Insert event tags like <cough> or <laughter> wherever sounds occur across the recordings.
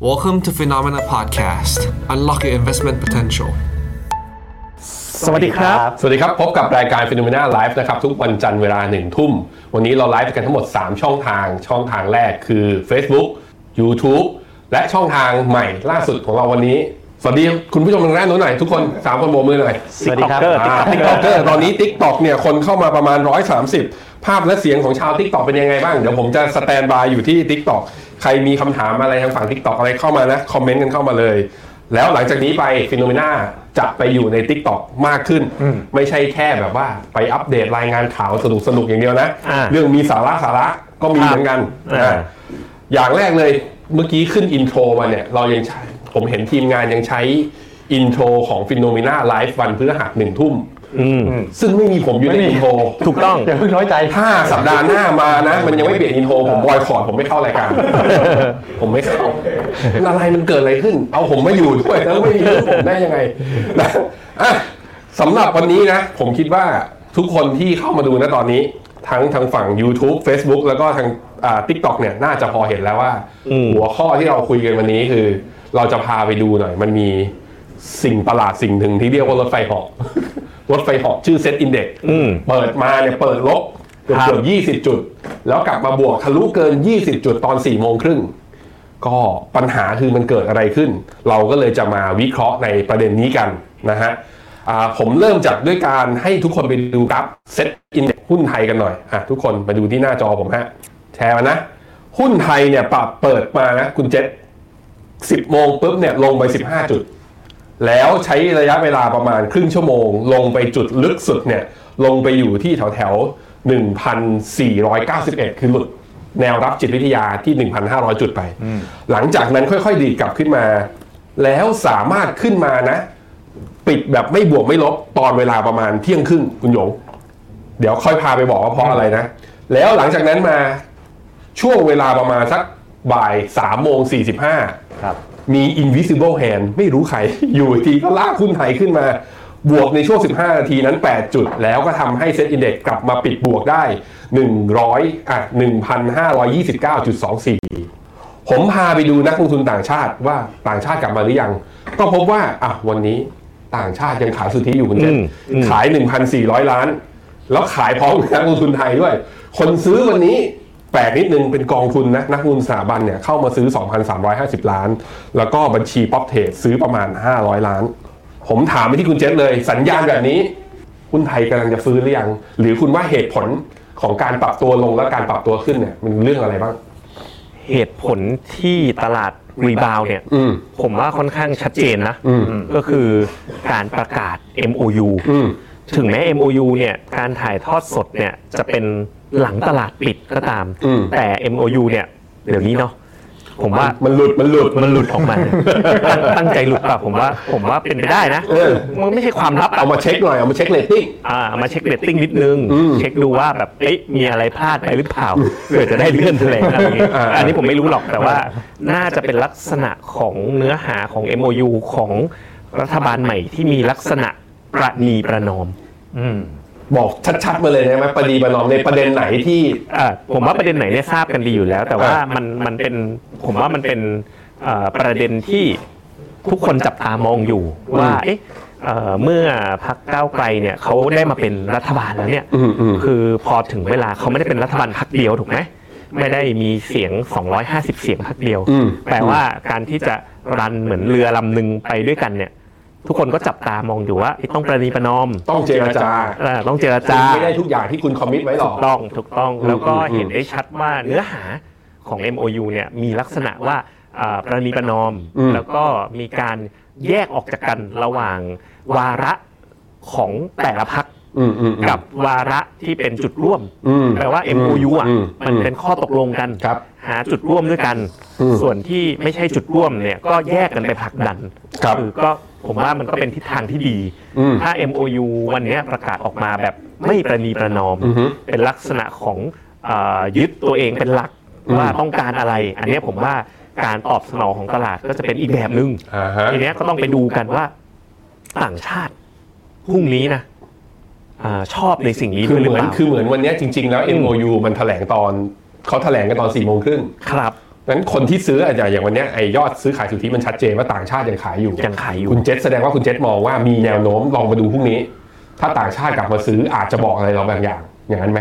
Welcome to Phenomena Podcast Unlock your investment potential สวัสดีครับ สวัสดีครับ พบกับรายการ Phenomena Live นะครับ ทุกวันจันทร์เวลาหนึ่งทุ่ม วันนี้เราไลฟ์กันทั้งหมด 3 ช่องทางช่องทางแรกคือ Facebook YouTube และช่องทางใหม่ล่าสุดของเราวันนี้ สวัสดีคุณผู้ชมทางด้านโน้นหน่อย ทุกคน 3 คนโบกมือหน่อย สวัสดีครับ ติ๊กต็อกติ๊กต็อกเกอร์ตอนนี้ติ๊กต็อกเนี่ยคนเข้ามาประมาณ 130 ภาพและเสียงของชาวติ๊กต็อกเป็นยังไงบ้าง เดี๋ยวผมจะสแตนบายอยู่ที่ติ๊กต็อกใครมีคำถามอะไรทางฝั่งติ๊กต็อกอะไรเข้ามานะ คอมเมนต์กันเข้ามาเลย แล้วหลังจากนี้ไปฟิโนเมนาจะไปอยู่ใน Tik t o อกมากขึ้น ไม่ใช่แค่แบบว่าไปอัปเดตรายงานข่าวสนุกสนุกๆอย่างเดียวนะ อ่า เรื่องมีสาระสาระก็มีเหมือนกันอ่า อย่างแรกเลยเมื่อกี้ขึ้นอินโทรมาเนี่ยเรายังใช้ผมเห็นทีมงานยังใช้อินโทรของฟินโนเมนาไลฟ์วันพฤหัสหนึ่งทุ่มซึ่งไม่มีผมอยู่ในอินโทร ถูกต้อง อย่าเพิ่งน้อยใจ ถ้าสัปดาห์หน้ามานะ มันยังไม่เปลี่ยนอินโทรผมบอยคอร์ดผมไม่เข้ารายการ ผมไม่เข้าอะไรมันเกิดอะไรขึ้น เอาผมมาอยู่ด้วยแล้วไม่มีเรื่องผมได้ยังไงนะอ่ะสำหรับวันนี้นะ ผมคิดว่าทุกคนที่เข้ามาดูนะตอนนี้ ทั้งทางฝั่ง YouTube Facebook แล้วก็ทางอ่า TikTok เนี่ยน่าจะพอเห็นแล้วว่า หัวข้อที่เราคุยกันวันนี้คือ เราจะพาไปดูหน่อย มันมีสิ่งประหลาดสิ่งหนึ่งที่เรียกว่ารถไฟเหาะ <laughs> รถไฟเหาะชื่อเซตอินเด็กเปิดมาเนี่ยเปิดลบเกือบเกือบ20 จุด แล้วกลับมาบวกทะลุเกิน 20 จุดตอน4โมงครึ่ง ก็ปัญหาคือมันเกิดอะไรขึ้น เราก็เลยจะมาวิเคราะห์ในประเด็นนี้กันนะฮะอ่าผมเริ่มจากด้วยการให้ทุกคนไปดูกราฟเซ็ตอินเด็กหุ้นไทยกันหน่อยอ่ะทุกคนมาดูที่หน้าจอผมฮะแชร์มานะ หุ้นไทยเนี่ยปรับเปิดมานะคุณเจษ10 โมงปุ๊บเนี่ยลงไป 15 จุด แล้วใช้ระยะเวลาประมาณครึ่งชั่วโมง ลงไปจุดลึกสุดเนี่ย ลงไปอยู่ที่แถวแถว1,491 คือหลุดแนวรับจิตวิทยาที่ 1,500 จุดไป หลังจากนั้นค่อยๆ ดีดกลับขึ้นมา แล้วสามารถขึ้นมานะ ปิดแบบไม่บวกไม่ลบตอนเวลาประมาณเที่ยงครึ่งคุณหยง เดี๋ยวค่อยพาไปบอกว่าเพราะอะไรนะ แล้วหลังจากนั้นมาช่วงเวลาประมาณสักบ่ายสามโมงสี่สิบห้า ครับ มี invisible hand ไม่รู้ใคร <laughs> อยู่ทีก็ลากหุ้นไทยขึ้นมา บวกในช่วง 15 นาทีนั้น 8 จุด แล้วก็ทำให้เซ็ตอินเด็กกลับมาปิดบวกได้ 100อ่ะ1,529.24 ผมพาไปดูนักลงทุนต่างชาติว่าต่างชาติกลับมาหรือยัง ก็พบว่าอ่ะวันนี้ต่างชาติยังขายสุทธิอยู่คุณเจษขาย 1,400 ล้าน แล้วขายพร้อมกับนักลงทุนไทยด้วย คนซื้อวันนี้แปลกนิดนึงเป็นกองทุนนะนักลงทุนสถาบันเนี่ยเข้ามาซื้อ 2,350 ล้าน แล้วก็บัญชีป๊อปเทรดซื้อประมาณ 500 ล้าน ผมถามไปที่คุณเจษเลย สัญญาณแบบนี้ หุ้นไทยกำลังจะฟื้นหรือยัง หรือคุณว่าเหตุผลของการปรับตัวลงและการปรับตัวขึ้นเนี่ยมันเรื่องอะไรบ้าง เหตุผลที่ตลาดรีบาวเนี่ย อืม ผมว่าค่อนข้างชัดเจนนะ อืม ก็คือการประกาศ MOU อืม ถึงแม้ MOU เนี่ย การถ่ายทอดสดเนี่ยจะเป็นหลังตลาดปิดก็ตาม อืม แต่ MOU เนี่ยเดี๋ยวนี้เนาะ ผมว่า มันหลุดมันหลุด มันหลุดออกมาตั้งตั้งใจหลุดป่ะผมว่า ผมว่าเป็นไปได้นะ เออ มันไม่ใช่ความลับอะ เอามาเช็คหน่อย เอามาเช็คเลตติ้ง อ่ามาเช็คเรตติ้งนิดนึง อืม เช็คดูว่าแบบเอ๊ะมีอะไรพลาดไปหรือเปล่าเผื่อจะได้เลื่อนแถลงอะไรอย่างเงี้ย อ่า อันนี้ผมไม่รู้หรอกแต่ว่าน่าจะเป็นลักษณะของเนื้อหาของ MOU ของรัฐบาลใหม่ที่มีลักษณะประนีประนอม อืม บอกชัดๆมาเลยได้ไหมประดีประนอมในประเด็นไหนที่ อ่าผมว่าประเด็นไหนเนี่ยทราบกันดีอยู่แล้ว แต่ว่ามันมันเป็นผมว่ามันเป็นเอ่อประเด็นที่ทุกคนจับตามองอยู่ว่าเอ๊ะเอ่อเมื่อพักก้าวไกลเนี่ยเขาได้มาเป็นรัฐบาลแล้วเนี่ย อืมอืม คือพอถึงเวลาเขาไม่ได้เป็นรัฐบาลพักเดียวถูกไหมไม่ได้มีเสียง 250 เสียงพักเดียว อืม แปลว่าการที่จะรันเหมือนเรือลำหนึ่งไปด้วยกันเนี่ย ทุกคนก็จับตามองอยู่ว่าเอ้ยต้องประนีประนอม ต้องเจรจา เออต้องเจรจา ไม่ได้ทุกอย่างที่คุณคอมมิตไว้หรอก ถูกต้องถูกต้อง อืม แล้วก็ อืม เห็นได้ชัดว่าเนื้อหาของ MOU เนี่ยมีลักษณะว่าอ่าประนีประนอม แล้วก็มีการแยกออกจากกันระหว่างวาระของแต่ละพัก อืมอืมอืม กับวาระที่เป็นจุดร่วม อืม แปลว่า อืม MOU อ่ะ อืม มันเป็นข้อตกลงกัน ครับ หาจุดร่วมด้วยกัน อืม ส่วนที่ไม่ใช่จุดร่วมเนี่ยก็แยกกันไปผลักดัน ครับ อก็ผมว่ามันก็เป็นทิศทางที่ดี อืม ถ้า MOU วันเนี้ยประกาศออกมาแบบไม่ประนีประนอม อือฮึ เป็นลักษณะของเออยึดตัวเองเป็นหลัก อืม ว่าต้องการอะไร อันเนี้ยผมว่าการตอบสนองของตลาดก็จะเป็นอีกแบบหนึ่ง อ่าฮะ ทีเนี้ยก็ต้องไปดูกันว่าต่างชาติพรุ่งนี้นะอาชอบในสิ่งนี้ คื ด้ อ วยห เห รือเปมือน ล่า คือเหมือนวันเนี้ยจริง ๆ แล้ว MOU มันแถลงตอนเขาแถลงกันตอน4ี่โมงครึ่ง ครับ นั้นคนที่ซื้ออาจจะอย่างวันเนี้ยไอยอดซื้อขายสุทธิมันชัดเจนว่าต่างชาติยังขายอยู่ ยังขายอยู่ คุณเจษแสดงว่าคุณเจษมองว่ามีแนวโน้มลองมาดูพรุ่งนี้ ถ้าต่างชาติกลับมาซื้ออาจจะบอกอะไรเราบางอย่าง อย่างนั้นไหม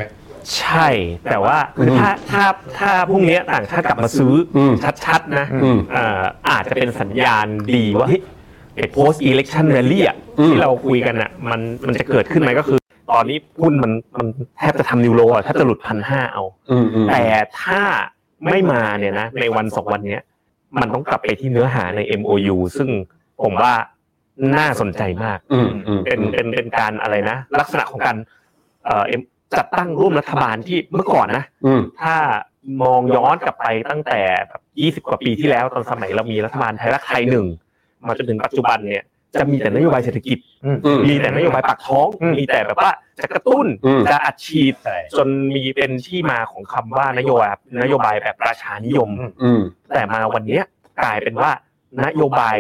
ใช่แต่ว่าคือถ้าถ้าถ้าพรุ่งเนี้ยต่างชาติกลับมาซื้ออ ม ชัดๆนะ อืม เอ่ออาจจะเป็นสัญญาณดีว่าเฮ้ยไอ้ post election rally อ่ะ อืม ที่เราคุยกันอ่ะมันมันจะเกิดขึ้นไหมก็คือ ตอนนี้หุ้นมันมันแทบจะทำนิวโรอ่ะแทบจะหลุดพันห้าเอา อืมอืม แต่ถ้าไม่มาเนี่ยนะในวันสองวันเนี้ยมันต้องกลับไปที่เนื้อหาใน MOU ซึ่งผมว่าน่าสนใจมาก อืมอืม เป็นเป็นเป็นการอะไรนะ ลักษณะของการเอ่อ M- จัดตั้งร่วมรัฐบาลที่เมื่อก่อนนะ อืม ถ้ามองย้อนกลับไปตั้งแต่แบบ20 กว่าปีที่แล้วตอนสมัยเรามีรัฐบาลไทยรักไทยหนึ่งมาจนถึงปัจจุบันเนี่ยจะมีแต่นโยบายเศรษฐกิจ อืม มีแต่นโยบายปากท้อง มีแต่แบบว่าจะกระตุ้น อืม จะอัดฉีดจนมีเป็นที่มาของคำว่านโยบายนโยบายแบบประชานิยม อืม แต่มาวันเนี้ยกลายเป็นว่านโยบาย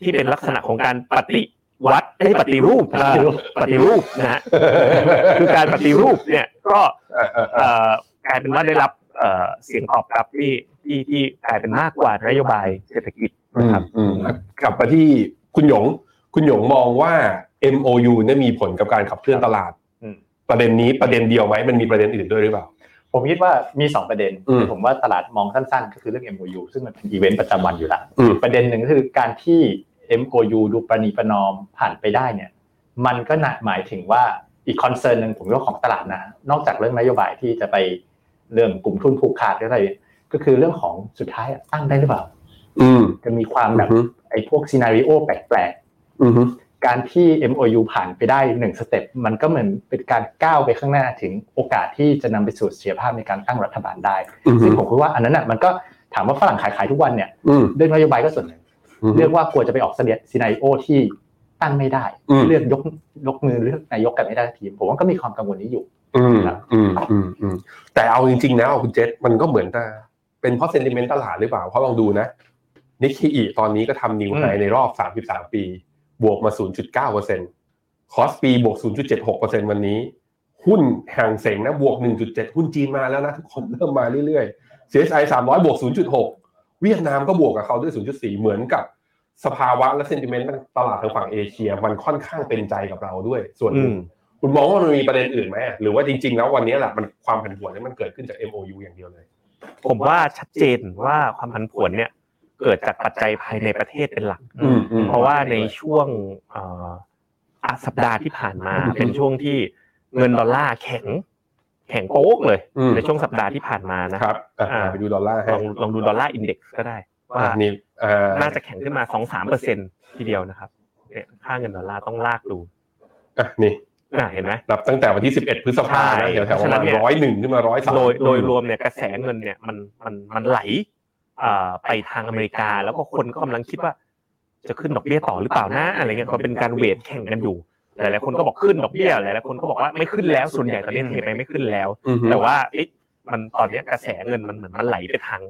ที่เป็นลักษณะของการปฏิวัติเอ้ยปฏิรูป ปฏิรูป ปฏิรูปนะฮะคือการปฏิรูปเนี่ยก็ เออเออเอ เอ่ อ อกลายเป็นว่าได้รับเอ่อเสียงตอบรับที่ที่ที่กลายเป็นมากกว่านโยบายเศรษฐกิจนะครับ อืมอืมกลับมาที่คุณหยง คุณหยงมองว่า MOU เนี่ยมีผลกับการขับเคลื่อนตลาด อืม ประเด็นนี้ประเด็นเดียวไหมมันมีประเด็นอื่นด้วยหรือเปล่า ผมคิดว่ามี 2 ประเด็น อืม ผมว่าตลาดมองสั้นๆ ก็คือเรื่อง MOU ซึ่งมันเป็นอีเวนต์ประจำวันอยู่ละ อืม ประเด็นหนึ่งก็คือการที่ MOU ดูประนีประนอมผ่านไปได้เนี่ยมันก็น่ะหมายถึงว่าอีกคอนเซิร์นหนึ่งผมว่าของตลาดนะ นอกจากเรื่องนโยบายที่จะไปเรื่องกลุ่มทุนผูกขาดหรืออะไรเนี่ยก็คือเรื่องของสุดท้ายอะตั้งได้หรือเปล่า อืม จะมีความแบบ อืม ไอ้พวกซีนารีโอแปลก อืม ๆการที่ MOU ผ่านไปได้หนึ่งสเต็ปมันก็เหมือนเป็นการก้าวไปข้างหน้าถึงโอกาสที่จะนำไปสู่เสถียรภาพในการตั้งรัฐบาลได้ อืม ซึ่งผมคิดว่าอันนั้นน่ะมันก็ถามว่าฝรั่งขายขายทุกวันเนี่ย อืม เรื่องนโยบายก็ส่วนหนึ่ง อืม เรื่องว่ากลัวจะไปออกเสนอซีนารีโอที่ตั้งไม่ได้ อืม เลือกยกยกมือเลือกนายกกันไม่ได้สักทีผมว่าก็มีความกังวลนี้อยู่ อืม ครับ อืมอืมอืมแต่เอาจริงๆนะคุณเจษมันก็เหมือนจะเป็นเพราะเซนติเมนต์ตลาดหรือเปล่า เพราะลองดูนะนิกเคอีตอนนี้ก็ทำนิวไฮในรอบ 33 ปี บวกมา 0.9%คอสปีบวก 0.76%วันนี้ หุ้นห่างเสงนะบวก 1.7 หุ้นจีนมาแล้วนะ ทุกคนเริ่มมาเรื่อยๆ CSI 300 บวก 0.6 เวียดนามก็บวกกับเขาด้วย 0.4 เหมือนกับสภาวะและเซนติเมนต์ตลาดทางฝั่งเอเชีย มันค่อนข้างเป็นใจกับเราด้วยส่วนหนึ่ง คุณมองว่ามันมีประเด็นอื่นไหมหรือว่าจริง ๆ แล้ววันนี้แหละมันความผันผวนเนี่ยมันเกิดขึ้นจาก MOU อย่างเดียวเลย ผมว่าชัดเจนว่าความผันผวนเนี่ยเกิดจากปัจจัยภายในประเทศเป็นหลัก อืมอืม เพราะว่าในช่วงเอ่ออ่ะสัปดาห์ที่ผ่านมา อืม เป็นช่วงที่เงินดอลลาร์แข็ง แข็งโป๊กเลย อืม ในช่วงสัปดาห์ที่ผ่านมานะครับ อ่ะไปดูดอลลาร์ ล ให้ องลองดูดอลลาร์อินเด็กซ์ก็ได้ว่า อ่ะนี่เอ่อ น่าจะแข็งขึ้นมาสองสามเปอร์เซ็นทีเดียวนะครับเนี่ยค่าเงินดอลลาร์ต้องลากดู อ่ะนี่ น่ะเห็นไหม นับตั้งแต่วันที่ 11 พฤษภาคม ใช่ นะเดี๋ยวแถว เพ ป ราะฉะระนั้ มาน ณ เนี่ย ร้อยหนึ่งขึ้นมาร้อยสาม โดยโดยรวมเนี่ยกระแสเงินเนี่ยมันมันมันไหลเอ่อไปทางอเมริกา แล้วก็คนก็กำลังคิดว่า จะขึ้นดอกเบี้ยต่อหรือเปล่านะอะไรเงี้ยก็เป็นการเวทแข่งกันอยู่หลายๆคนก็บอกขึ้นดอกเบี้ยหลายๆคนก็บอกว่าไม่ขึ้นแล้วส่วนใหญ่ตอนนี้เทไปไม่ขึ้นแล้ว อืม แต่ว่าเอ๊ะมันตอนเนี้ยกระแสเงินมันเหมือนมันไหลไปทาง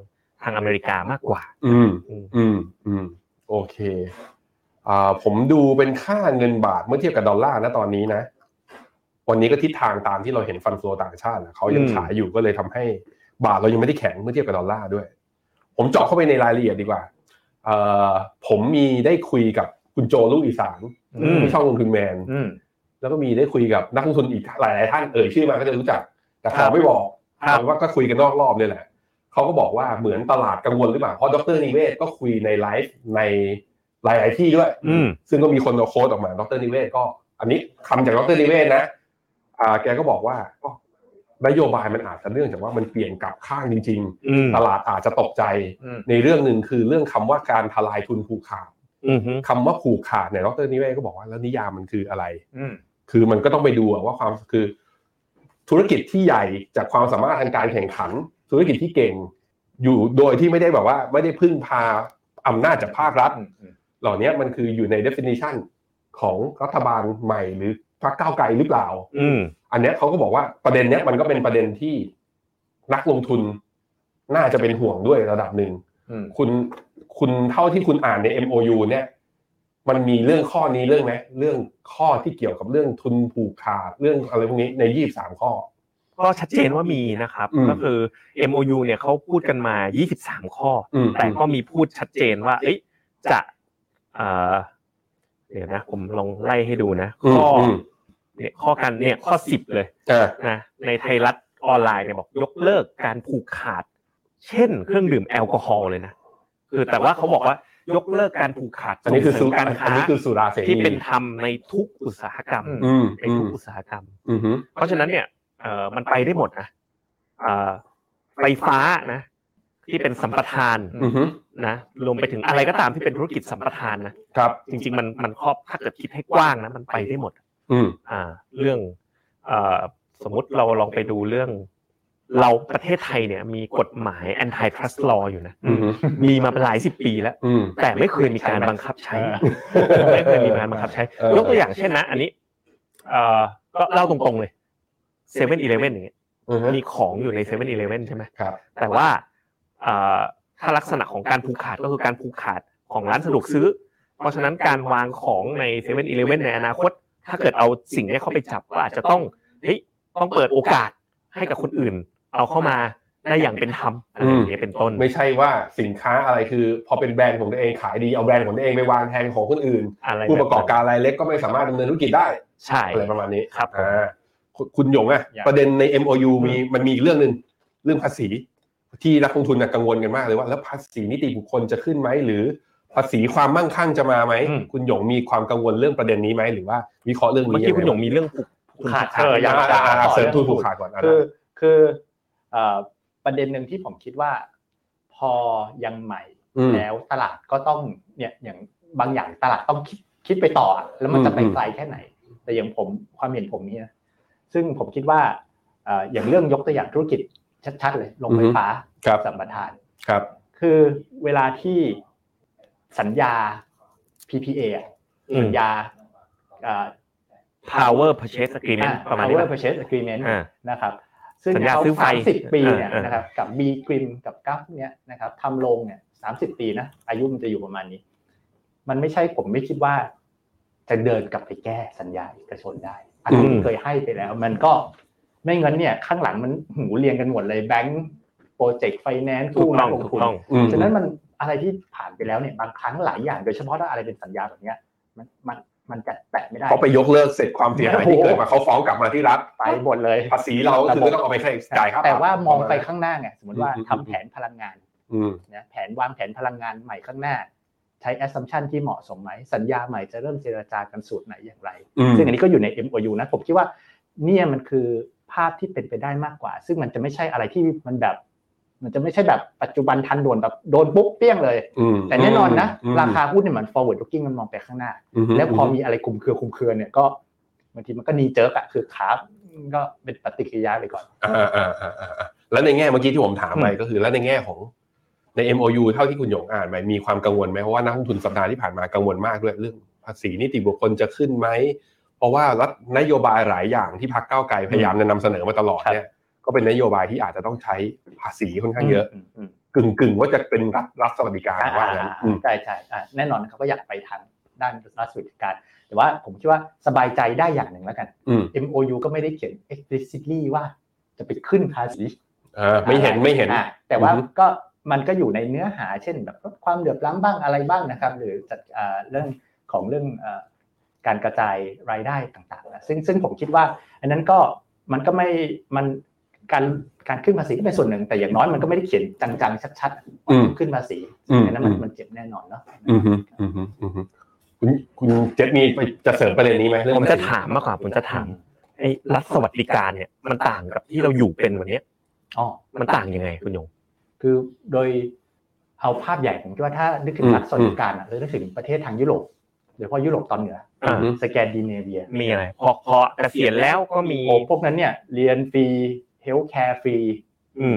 ทางอเมริกามากกว่า อืมอืมอืมโอเคอ่าผมดูเป็นค่าเงินบาทเมื่อเทียบกับดอลลาร์นะตอนนี้นะ วันนี้ก็ทิศทางตามที่เราเห็นฟันโฟต่างชาตินะเขายัง อืม ขายอยู่ก็เลยทำให้บาทเรายังไม่ได้แข็งเมื่อเทียบกับดอลลาร์ด้วย ผมเจาะเข้าไปในรายละเอียดดีกว่าเอ่อผมมีได้คุยกับคุณโจลูกอีสาน อืม ที่ช่องลงทุนแมน อืม แล้วก็มีได้คุยกับนักลงทุนอีกหลายๆท่านเอ่ยชื่อมาก็จะรู้จัก แต่ข ครั อบ ไม่บอก ครับ เอาเป็นว่าก็คุยกันนอกรอบเนี่ยแหละเขาก็บอกว่าเหมือนตลาดกังวลหรือเปล่าเพราะดรนิเวศก็คุยในไลฟ์ในหลายๆที่ด้วย อืม ซึ่งก็มีคนเอาโค้ดออกมา ดรนิเวศก็ อันนี้คำจากดรนิเวศนะ อ่า แกก็บอกว่าก็นโยบายมันอาจจะเนื่องจากว่ามันเปลี่ยนกลับข้างจริง อืม ๆ ตลาดอาจจะตกใจ อืม ในเรื่องหนึ่งคือเรื่องคำว่าการทลายทุนผูกขาด อืมฮึ คำว่าผูกขาดเนี่ย ดรนิเวศก็บอกว่าแล้วนิยามมันคืออะไร อืม คือมันก็ต้องไปดูอะว่าความคือ ธุรกิจที่ใหญ่จากความสามารถทางการแข่งขัน ธุรกิจที่เก่ง อยู่โดยที่ไม่ได้แบบว่า ไม่ได้พึ่งพาอำนาจจากภาครัฐ เหล่านี้มันคืออยู่ใน definition ของรัฐบาลใหม่หรือพรรคก้าวไกลหรือเปล่า อืม อันเนี้ยเขาก็บอกว่าประเด็นเนี้ยมันก็เป็นประเด็นที่นักลงทุนน่าจะเป็นห่วงด้วยระดับหนึ่ง คุณคุณเท่าที่คุณอ่านใน MOU เนี่ย มันมีเรื่องข้อนี้เรื่องไหมเรื่องข้อที่เกี่ยวกับเรื่องทุนผูกขาดเรื่องอะไรพวกนี้ในยี่สามข้อ ก็ชัดเจนว่ามีนะครับ อืม ก็คือ MOU เนี่ยเขาพูดกันมา 23 ข้อ อืม แต่ก็มีพูดชัดเจนว่า เอ้ยจะเอ่อเดี๋ยวนะ ผมลองไล่ให้ดูนะ อืม ข้ออ ม เนี่ยข้อกันเนี่ยข้อสิบเลย อ่า นะในไทยรัฐออนไลน์เนี่ยบอกยกเลิกการผูกขาด เช่น เครื่องดื่มแอลกอฮอล์เลยนะคือแต่ว่าเขาบอกว่ายกเลิกการผูกขาด อันนี้คือสุ ส่งเสริมการ อัน ค้า นี้คือสุราเสรี ที่เป็นธรรมในทุกอุตสาหกรรม อืม ใน อื ทุ ม กอุตสาหกรรม อืมฮึ เพราะฉะนั้นเนี่ยเอ่อมันไปได้หมดนะเอ่อไฟฟ้านะ ที่เป็นสัมปทาน อืมฮึ นะรวมไปถึงอะไรก็ตามที่เป็นธุรกิจสัมปทานนะครับ จริง ๆ มันมันครอบถ้าเกิดคิดให้กว้างนะมันไปได้หมด อืม อ่า เรื่องเอ่อสมมติเราลองไปดูเรื่อง เราประเทศไทยเนี่ย มีกฎหมาย antitrust law อยู่นะ อืมฮึ มีมาหลายสิบปีแล้ว อืม แต่ไม่เคยมีการบังคับใช้ ไม่เคยมีการบังคับใช้ เออ ยกตัวอย่างเช่นนะ อันนี้เอ่อก็เล่าตรงๆเลยเซเว่นอีเลเว่นอย่างเงี้ย อืมฮึ มีของอยู่ในเซเว่นอีเลเว่นใช่ไหม ครับ แต่ว่าเอ่อถ้าลักษณะของการผูกขาดก็คือการผูกขาดของร้านสะดวกซื้อ เพราะฉะนั้นการวางของในเซเว่นอีเลเว่นในอนาคต ถ้าเกิดเอาสิ่งเนี้ยเข้าไปจับก็อาจจะต้องเฮ้ยต้องเปิดโอกาสให้กับคนอื่น เอาเข้ามาได้อย่างเป็นธรรมอะไรอย่างเงี้ยเป็นต้น ไม่ใช่ว่าสินค้าอะไรคือ พอเป็นแบรนด์ของตัวเองขายดีเอาแบรนด์ของตัวเองไปวางแทนของคนอื่น อะไร ผู้ประกอบการรายเล็กก็ไม่สามารถดำเนินธุรกิจได้ ใช่ อะไรประมาณนี้ ครับผม อ่าคุณคุณหยงอะ อย่าง ประเด็นใน MOU มีมันมีอีกเรื่องหนึ่งเรื่องภาษี ที่นักลงทุนน่ะกังวลกันมากเลยว่า แล้วภาษีนิติบุคคลจะขึ้นไหมหรือ ภาษีความมั่งคั่งจะมาไหม อืม คุณหยงมีความกังวลเรื่องประเด็นนี้ไหมหรือว่าวิเคราะห์เรื่องนี้ เมื่อกี้คุณหยงมีเรื่องผูก ขาด เอ เออ อ อ ยั ยางก ไง จะ อ่าอ่า ต่ อ่า อ เสริม รื่อง ทุน ผู ผู ก ก ขาด ขาดก่อนอ่ะ คือคือเอ่อประเด็นหนึ่งที่ผมคิดว่า พอยังใหม่ ม แล้วตลาดก็ต้องเนี่ยอย่างบางอย่างตลาดต้องคิดคิดไปต่ออะแล้วมันจะไป อืม ไกลแค่ไหน แต่อย่างผมความเห็นผมเนี่ยซึ่งผมคิดว่าเอ่ออย่างเรื่องยกตัวอย่างธุรกิจชัดๆเลยโรงไฟฟ้า ครับ สัมปทาน ครับ คือเวลาที่สัญญา PPA อะ อืม สัญญาเอ่อ power purchase agreement อ่ ประมาณนี้ Power ป่ะ Purchase Agreement อ่า นะครับ ซึ่ง สัญญา เขา ซื้อไฟ สามสิบปีเนี่ย เออเออ นะครับกับ B กริมกับกัฟเนี่ยนะครับทำลงเนี่ยสามสิบปีนะอายุมันจะอยู่ประมาณนี้ มันไม่ใช่ผมไม่คิดว่า จะเดินกลับไปแก้สัญญาเอกชนได้ อันนี้เคยให้ไปแล้ว มันก็ไม่งั้นเนี่ย ข้างหลังมันหูเรียงกันหมดเลยแบงก์โปรเจกต์ไฟแนนซ์ ถูก กู้ ต้ นั อก ง ลง ถูก ทุน ต้อง อืม ฉะนั้นมันอะไรที่ผ่านไปแล้วเนี่ยบางครั้งหลายอย่างโดยเฉพาะถ้าอะไรเป็นสัญญาแบบเนี้ยมันมันมันจะแตะไม่ได้ เขาไปยกเลิกเสร็จความเสียหายที่ โอ้โห เกิดมาเขาฟ้องกลับมาที่รัฐ ไปหมดเลย ภาษีเราก็คือก็ต้องเอาไปจ่ายค่าปรับ แต่ว่ามองไปข้างหน้าไงสมมติว่า อืม ทำแผนพลังงาน อืม นะแผนวางแผนพลังงานใหม่ข้างหน้า ใช้ assumption ที่เหมาะสมไหมสัญญาใหม่จะเริ่มเจรจากันสูตรไหนอย่างไร อืม ซึ่งอันนี้ก็อยู่ใน MOU นะผมคิดว่าเนี่ยมันคือภาพที่เป็นไปได้มากกว่า ซึ่งมันจะไม่ใช่อะไรที่มันแบบ มันจะไม่ใช่แบบปัจจุบันทันด่วนแบบโดนปุ๊บเปี้ยงเลย อืม แต่แน่นอนนะ อืม ราคาหุ้นเนี่ยมัน forward looking มันมองไปข้างหน้า ม แล้วพอมีอะไรคลุมเครือคลุมเครือเนี่ยก็บางทีมันก็นีเจิร์กอะคือขาก็เป็นปฏิกิริยาไปก่อน อ่าอ่าอ่าอ่าอ่าแล้วในแง่เมื่อกี้ที่ผมถามไปก็คือ แล้วในแง่ของใน MOU เท่าที่คุณหยงอ่านไปมีความกังวลไหมเพราะว่านักลงทุนสัปดาห์ที่ผ่านมากังวลมากด้วยเรื่องภาษีนิติบุคคลจะขึ้นไหม เพราะว่ารัฐนโยบายหลายอย่างที่พรรคก้าวไกลพยายามจะนำเสนอมาตลอดเนี่ย ก็เป็นนโยบายที่อาจจะต้องใช้ภาษีค่อนข้างเยอะ กึ่งกึ่งๆว่าจะเป็นรัฐรัฐสวัสดิการ อ่า ว่างั้นอืม ใช่ใช่อ่าแน่นอนเขาก็อยากไปทางด้านรัฐสวัสดิการ แต่ว่าผมคิดว่าสบายใจได้อย่างหนึ่งแล้วกัน อืม MOU ก็ไม่ได้เขียน explicitly ว่าจะไปขึ้นภาษี อ่าไม่เห็นไม่เห็น อ่าแต่ว่า อือฮึ ก็มันก็อยู่ในเนื้อหา เช่นแบบลดความเหลื่อมล้ำบ้างอะไรบ้างนะครับ หรือจัดอ่าเรื่องของเรื่องอ่าการกระจายรายได้ต่างๆนะซึ่งซึ่งผมคิดว่า อันนั้นก็มันก็ไม่มันการการขึ้นภาษีก็เป็นส่วนหนึ่ง แต่อย่างน้อยมันก็ไม่ได้เขียนจังๆชัดๆว่าขึ้นภาษี อืม อันนั้นมัน อืม มันเจ็บแน่นอนเนาะ อืมฮึอืมฮึอืมฮึคุณคุณเจษมีจะเสริมประเด็นนี้ไหมเรื่อง ผมจะถามมากกว่าผมจะถามไอ้รัฐสวัสดิการเนี่ยมันต่างกับที่เราอยู่เป็นวันเนี้ย อ๋อ มันต่างยังไงคุณหยง คือโดยเอาภาพใหญ่ผมคิดว่าถ้านึกถึงรัฐสวัสดิการอ่ะเรานึกถึงประเทศทางยุโรปโดยเฉพาะยุโรปตอนเหนือ อ่า อสแกนดิเนเวีย มีอะไรพอพอเกษียณแล้วก็มี โอ้พวกนั้นเนี่ยเรียนฟรีเฮลท์แคร์ฟรี อืม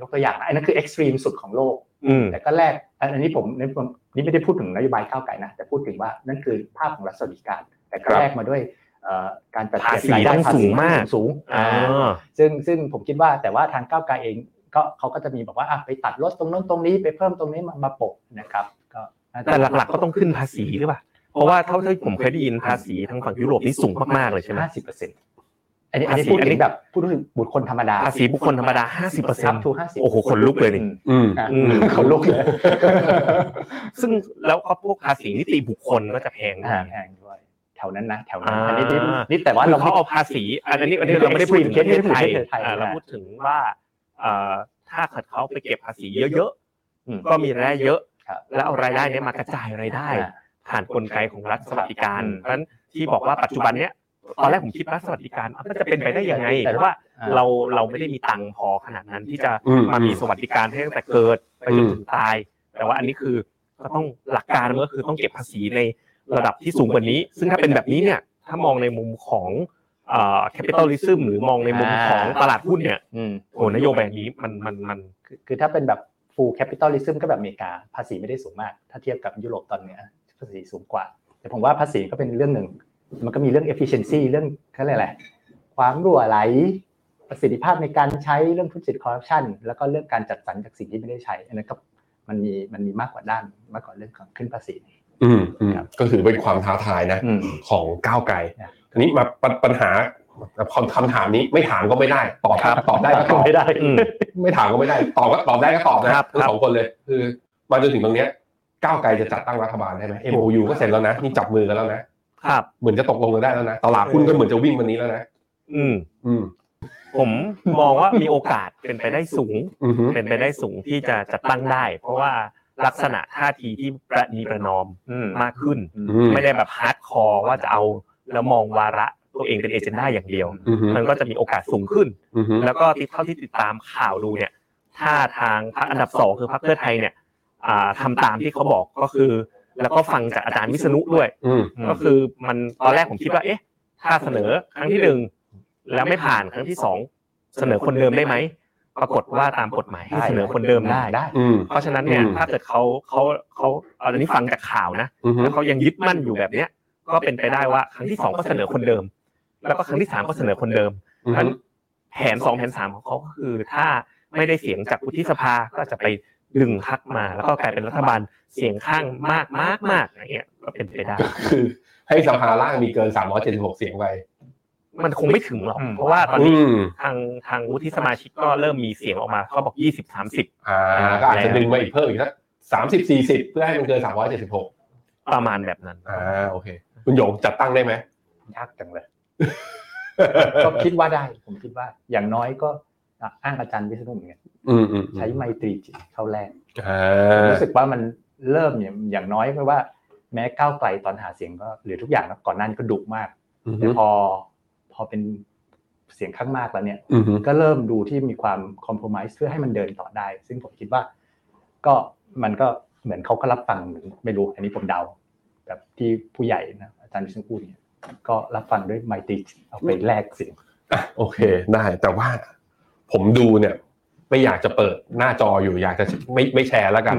ยกตัวอย่างนะอันนั้นคือเอ็กซ์ตรีมสุดของโลก อืม แต่ก็แลกอันอันนี้ผมนี่ผมนี่ไม่ได้พูดถึงนโยบายข้าวไก่นะแต่พูดถึงว่านั่นคือภาพของรัฐสวัสดิการ แต่ก็แลกมาด้วยเอ่อการจัด ภา เก็บ ษี รายได้ ต้อง ภา สู ษี งมาก สูง อ่า อ่า ซึ่งซึ่งผมคิดว่าแต่ว่าทางก้าวไกลเองก็เขาก็จะมีบอกว่าอ่ะไปตัดลดตรงโน้นตรงนี้ไปเพิ่มตรงนี้มามาปกนะครับก็น่าจะ แต่หลักๆก็ต้องขึ้นภาษีหรือเปล่าเพราะว่าเท่าที่ผมเคยได้ยินภาษีทางฝั่งยุโรปนี่สูงมากๆเลยใช่ไหม ห้าสิบเปอร์เซ็นต์ไอ อันนี้อันนี้ ภาษี พูด อันนี้ ถึงแบบพูดถึงบุคคลธรรมดา ภาษีบุคคลธรรมดา50%อัพทูห้าสิบ โอ้โหขนลุกเลยนี่ อืม อืม ขนลุกเลย ซึ่งแล้วก็พวกภาษีนิติบุคคลก็จะแพงด้วย อ่าแพงด้วยแถวนั้นนะแถวนั้น อ่า อันนี้นิดนิดแต่ว่า คือ เรา เขาเอาภาษีอันนี้อันนี้เราไม่ได้พูดถึงประเทศไทย ประเทศไทย อ่าเรา อ่า พูดถึงว่าเอ่อถ้าเกิดเขาไปเก็บภาษีเยอะ อืม ๆก็มีรายได้เยอะ ครับ แล้วเอารายได้เนี้มากระจายรายได้ อ่า ผ่านกลไกของรัฐสวัสดิการ อืม เพราะฉะนั้นที่บอกว่าปัจจุบันเนี้ยตอนแรกผมคิดรัฐสวัสดิการมันจะเป็นไปได้ยังไง แต่ เพราะว่า อ่า เราเราไม่ได้มีตังค์พอขนาดนั้นที่จะ อืม มามีสวัสดิการให้ตั้งแต่เกิดไปจนถึงตาย แต่ว่าอันนี้คือก็ต้องหลักการมันก็คือต้องเก็บภาษีในระดับที่สูงกว่านี้ ซึ่งถ้าเป็นแบบนี้เนี่ยถ้ามองในมุมของแคปิตอลิซึมหรือมองในมุมของตลาดหุ้นเนี่ย อืม โอ้นโยบายนี้มันมันมัน คือคือถ้าเป็นแบบ full capitalism ก็แบบอเมริกา ภาษีไม่ได้สูงมาก ถ้าเทียบกับยุโรปตอนเนี้ยภาษีสูงกว่า แต่ผมว่าภาษีก็เป็นเรื่องหนึ่ง มันก็มีเรื่อง efficiency เรื่องเขาเรียกอะไรความรั่วไหล ประสิทธิภาพในการใช้เรื่องทุจริตคอร์รัปชันแล้วก็เรื่องการจัดสรรจากสิ่งที่ไม่ได้ใช้ อันนั้นก็มันมีมันมีมากกว่าด้านมากกว่าเรื่องของขึ้นภาษี อืมอืม ครับ ก็ถือเป็นความท้าทายนะ อืม ของก้าวไกล นะ อันนี้มาปัญปัญหาคำคำถามนี้ไม่ถามก็ไม่ได้ ตอบตอบได้ก็ตอบ ไม่ได้ อืม ไม่ถามก็ไม่ได้ ตอบก็ตอบได้ก็ตอบนะครับ ทั้ง ครับ สองคนเลย คือมาจนถึงตรงเนี้ยก้าวไกลจะจัดตั้งรัฐบาลได้ไหม MOU ก็เสร็จแล้วนะนี่จับมือกันแล้วนะครับ เหมือนจะตกลงกันได้แล้วนะตลาดหุ้นก็เหมือนจะวิ่งวันนี้แล้วนะ อืม อืม ผมมองว่ามีโอกาสเป็นไปได้สูง อือฮึ เป็นไปได้สูงที่จะจัดตั้งได้ เพราะว่าลักษณะท่าทีที่ประนีประนอมมากขึ้น อืม ไม่ได้แบบฮาร์ดคอร์ว่าจะเอาแล้วมองวาระตัวเองเป็นเอเจนดาอย่างเดียว อือฮึ มันก็จะมีโอกาสสูงขึ้น อือฮึ แล้วก็ติดเท่าที่ติดตามข่าวดูเนี่ย ถ้าทางพรรคอันดับสองคือพรรคเพื่อไทยเนี่ยอ่าทำาตามที่เขาบอกก็คือ แล้วก็ฟังจากอาจารย์วิษณุด้วย อืม ก็คือมันตอนแรกผมคิดว่า เอ๊ะ ถ้าเสนอครั้งที่หนึ่งแล้วไม่ผ่านครั้งที่สองเสนอคนเดิมได้ไหมปรากฏว่าตามกฎหมายให้เสนอคนเดิมได้ ได้ อืม เพราะฉะนั้นเนี่ย อืม ถ้าเกิดเขาเขาเขาเอาอันนี้ฟังจากข่าวนะ อือฮึ แล้วเขายังยึดมั่นอยู่แบบเนี้ยก็เป็นไปได้ว่าครั้งที่สองก็เสนอคนเดิม แล้วก็ครั้งที่สามก็เสนอคนเดิม อือ นั้น ฮึ แผนสองแผนสามของเขาก็คือ ถ้าไม่ได้เสียงจากวุฒิสภาก็จะไปดึงพักมา แล้วก็กลายเป็นรัฐบาลเสียงข้างมากมากมากอย่างเงี้ยก็เป็นไปได้ คือ ให้สภาล่างมีเกิน 376 เสียงไป มันคงไม่ถึงหรอก อืม เพราะว่าตอน อื นี้ ม ทางทางวุฒิสมาชิกก็เริ่มมีเสียงออกมาเขาบอกยี่สิบสามสิบ อ่าก็อาจจะ แล้ว ดึงมาอีกเพิ่มอีกสัก30 40 เพื่อให้มันเกิน 376 ประมาณแบบนั้น อ่าโอเค คุณหยงจัดตั้งได้ไหม ยากจังเลย ก็คิดว่าได้ ผมคิดว่า อย่างน้อยก็อ่ะอ้างอาจารย์วิษณุเหมือนกัน อืมอืม ใช้ไมตรีจิตเข้าแรก อ่ ผม า รู้สึกว่ามันเริ่มเนี่ยอย่างน้อยเพราะว่าแม้ก้าวไกลตอนหาเสียงก็หรือทุกอย่างนะก่อนหน้านี้ก็ดุมาก อืม แต่พอ พอเป็นเสียงข้างมากแล้วเนี่ย อืม ก็เริ่มดูที่มีความคอม p r o m i s e เพื่อให้มันเดินต่อได้ ซึ่งผมคิดว่า ก็มันก็เหมือนเขาก็รับฟังไม่รู้ อันนี้ผมเดาแบบที่ผู้ใหญ่นะอาจารย์วิษณุพูดเนี่ยก็รับฟังด้วยไมตรีจิตเอาไปแลกเสียง อ่ะโอเคได้แต่ว่าผมดูเนี่ย ไม่อยากจะเปิดหน้าจออยู่อยากจะไม่ไม่แชร์แล้วกัน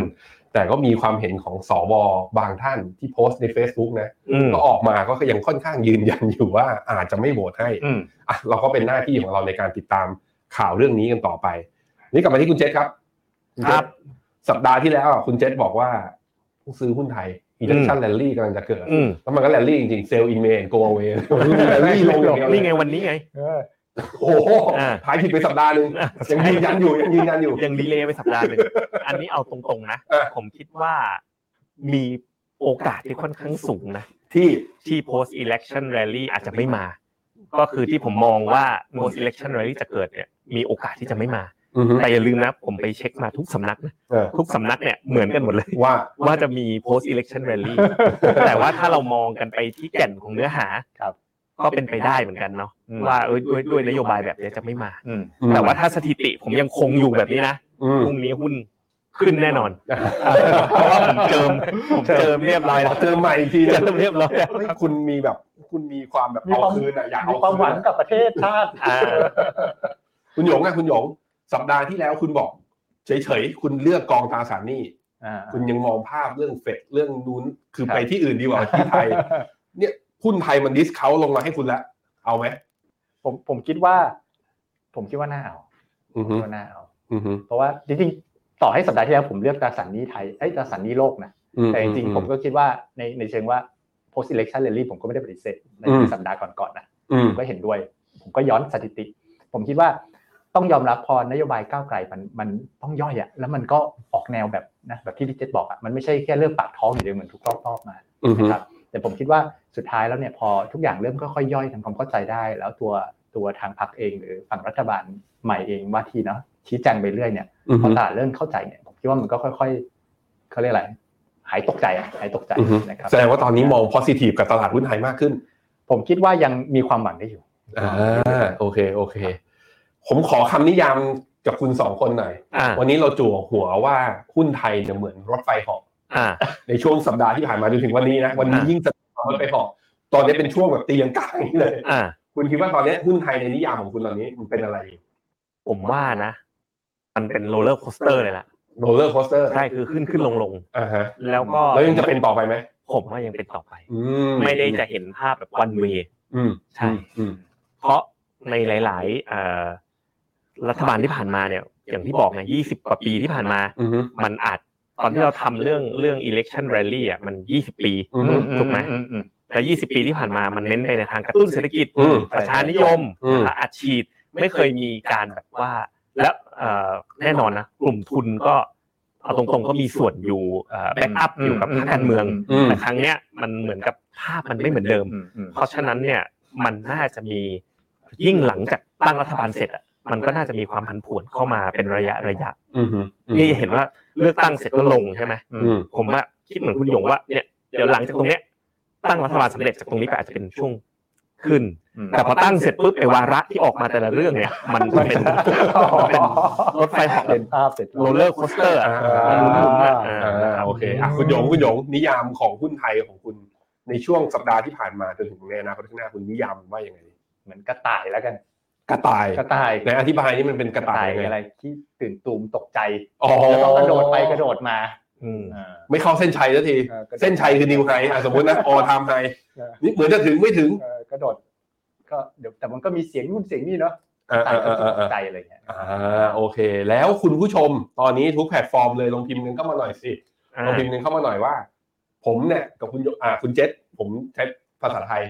แต่ก็มีความเห็นของสวบางท่านที่โพสต์ใน Facebook นะ อืม ก็ออกมาก็ยังค่อนข้างยืนยันอยู่ว่าอาจจะไม่โหวตให้ อืม อ่ะเราก็เป็นหน้าที่ของเราในการติดตามข่าวเรื่องนี้กันต่อไป นี่กลับมาที่คุณเจษครับณเจษ ครับ สัปดาห์ที่แล้วอ่ะคุณเจษบอกว่าผู้ซื้อหุ้นไทยอีเลคชั่นแลนดี่กำลังจะเกิด อืม แล้วมันก็แรลลี่จริงๆ เซลล์อินเมนโกเวแรลลี่ลงอย่างเดียว นี่ไงวันนี้ไง โอ้โห อ่า หายผิดไปสัปดาห์หนึ่งยังยืนยันอยู่ยังยืนยันอยู่ <laughs> ยังดีเลย์ไปสัปดาห์หนึ่งอันนี้เอาตรงๆนะ เออ ผมคิดว่ามีโอกาสที่ค่อนข้างสูงนะ ที่ ที่ post election rally อาจจะไม่มา ก็คือที่ผมมองว่า post election rally จะเกิดเนี่ยมีโอกาสที่จะไม่มา อือฮึ แต่อย่าลืมนะ ผมไปเช็คมาทุกสำนักนะ เออ ทุกสำนักเนี่ยเหมือนกันหมดเลย ว่า ว่าจะมี post election rally แต่ว่าถ้าเรามองกันไปที่แก่นของเนื้อหา ครับ ก็เป็นไปได้เหมือนกันเนาะ อืม ว่าเออด้วยด้วยนโยบายแบบเนี้ยจะไม่มา อืม อืม แต่ว่าถ้าสถิติผมยังคงอยู่แบบนี้นะ อืม <laughs> พรุ่งนี้หุ้นขึ้นแน่นอน เพราะว่าผมเจิมผมเจิมเรียบร้อยแล้ว เจอใหม่อีกที เจิ นะ มเรียบร้อยแล้ว เฮ้ยคุณมีแบบคุณมีความแบบ มี เอา ความ คืนอ่ะอยาก มี เอา ความหวัง คืนอะ กับประเทศชาติ อ่า คุณหยงอ่ะคุณหยง สัปดาห์ที่แล้วคุณบอก เฉยๆ คุณเลือกกองตราสารหนี้ คุณยังมองภาพเรื่องเฟดเรื่องนู้นคือ ครับ ไปที่อื่นดีกว่าที่ไทย เนี่ยหุ้นไทยมันดิสเคาลงมาให้คุณละเอาไหม ผมผมคิดว่า ผมคิดว่าน่าเอา อือ คิ ฮึ ดว่าน่าเอา อือฮึ เพราะว่าจริงๆต่อให้สัปดาห์ที่แล้วผมเลือกตราสารหนี้ไทยไอ้ยตราสารหนี้โลกนะแต่จริงๆผมก็คิดว่าในในเชิงว่า post election rally ผมก็ไม่ได้ปฏิเสธใน อืม สัปดาห์ก่อนๆนะ อื ผม มก็เห็นด้วย โห ผมก็ย้อนสถิติ ผมคิดว่าต้องยอมรับพอนโยบายก้าวไกลมันมันต้องย่อยอะแล้วมันก็ออกแนวแบบนะแบบที่พี่เจษบอกอะมันไม่ใช่แค่เรื่องปากท้องอย่างเดียวเหมือนทุกรอบๆมา อือฮึ นะครับแต่ผมคิดว่าสุดท้ายแล้วเนี่ยพอทุกอย่างเริ่มค่อยๆย่อยทำความเข้าใจได้ แล้วตัวตัวทางพรรคเองหรือฝั่งรัฐบาลใหม่เองว่าทีเนาะชี้แจงไปเรื่อยเนี่ย อือ พ ฮึ อตลาดเริ่มเข้าใจเนี่ยผมคิดว่ามันก็ค่อยๆเขาเรียกอะไรหายตกใจอะหายตกใจ อือฮึ นะครับ แสดงว่าตอนนี้มอง positive กับตลาดหุ้นไทยมากขึ้น ผมคิดว่ายังมีความหวังได้อยู่ อ่าโอเคโอเค ผมขอคำนิยามกับคุณสองคนหน่อย อ่า วันนี้เราจั่วหัวว่าหุ้นไทยเนี่ยเหมือนรถไฟเหอก อ่า ในช่วงสัปดาห์ที่ผ่านมาจนถึงวันนี้นะวันนี้ อ่ะ ยิ่งสะเทือนรถไฟเหอกตอนนี้เป็นช่วงแบบตีลังกาอย่างนี้เลย อ่า คุณคิดว่าตอนนี้หุ้นไทยในนิยามของคุณตอนนี้มันเป็นอะไร ผมว่านะ มันเป็นโรลเลอร์โคสเตอร์เลยล่ะ โรลเลอร์โคสเตอร์ ใช่คือขึ้นขึ้นลงลง อ่าฮะ แล้วก็ แล้วยังจะเป็นต่อไปไหม ผมว่ายังเป็นต่อไป อืม ไม่ได้จะเห็นภาพแบบวันเว อืม ใช่ อืม เพราะในหลาย ๆ เอ่อรัฐบาลที่ผ่านมาเนี่ย อย่างที่บอกไงยี่สิบกว่าปีที่ผ่านมา อืม มันอาจตอนที่เราทำเรื่องเรื่อง election rally อ่ะมัน 20 ปี อืม ถูกไหมแต่20 ปีที่ผ่านมามันเน้นไปในทางกระตุ้นเศรษฐกิจ อืม ประชานิยม อืม อัดฉีดไม่เคยมีการแบบว่า และเอ่อแน่นอนนะกลุ่มทุนก็เอาตรงๆก็มีส่วนอยู่แบ็กอัพอยู่กับพรรคการเมือง อืม แต่ครั้งเนี้ยมันเหมือนกับภาพมันไม่เหมือนเดิม เพราะฉะนั้นเนี่ยมันน่าจะมียิ่งหลังจากตั้งรัฐบาลเสร็จอ่ะมันก็น่าจะมีความผันผวนเข้ามาเป็นระยะระยะ อืมอืม นี่เห็นว่าเลือกตั้งเสร็จก็ลงใช่ไหม อืม ผมว่าคิดเหมือนคุณหยงว่าเนี่ยเดี๋ยวหลังจากตรงเนี้ยตั้งรัฐบาลสำเร็จจากตรงนี้ไปอาจจะเป็นช่วงขึ้น แต่พอตั้งเสร็จปุ๊บไอ้วาระที่ออกมาแต่ละเรื่องเนี่ย มันก็เป็นเป็นรถไฟเหอก เป็นภาพเสร็จ โรลเลอร์โคสเตอร์ อ่า มันหมุนๆอะเอ อ่า อนะครับ โอเคอ่ะคุณหยงคุณหยงนิยามของหุ้นไทยของคุณในช่วงสัปดาห์ที่ผ่านมาจนถึงในอนาคตข้างหน้าคุณนิยามว่ายังไง เหมือนกระต่ายแล้วกัน กระต่าย กระต่าย ในอธิบายนี่มันเป็นก ก ระ ระ ต่า ต่าย ย ยังไง อะไรที่ตื่นตูมตกใจ อ๋อ แล้วต้องกระโดดไปกระโดดมา อืม อ่า ไม่เข้าเส้นชัยสักที เออกระโดด เส้นชัยคือนิวไฮอ่ะสมมตินะออทามไฮ เออ นี่เหมือนจะถึงไม่ถึง เอ่อกระโดดก็เดี๋ยวแต่มันก็มีเสียงนู่นเสียงนี่เนาะ อ่า ต่าง อ่า ก็ อ่า ต อ่าก ใจอะไรเงี้ย อ่าโอเค แล้วคุณผู้ชมตอนนี้ทุกแพลตฟอร์มเลยลงพิมพ์กันเข้ามาหน่อยสิ อ่า ลองพิมพ์หนึ่งเข้ามาหน่อยว่า ผมเนี่ยกับคุณโยอ่าคุณเจษผมใช้ภาษาไทย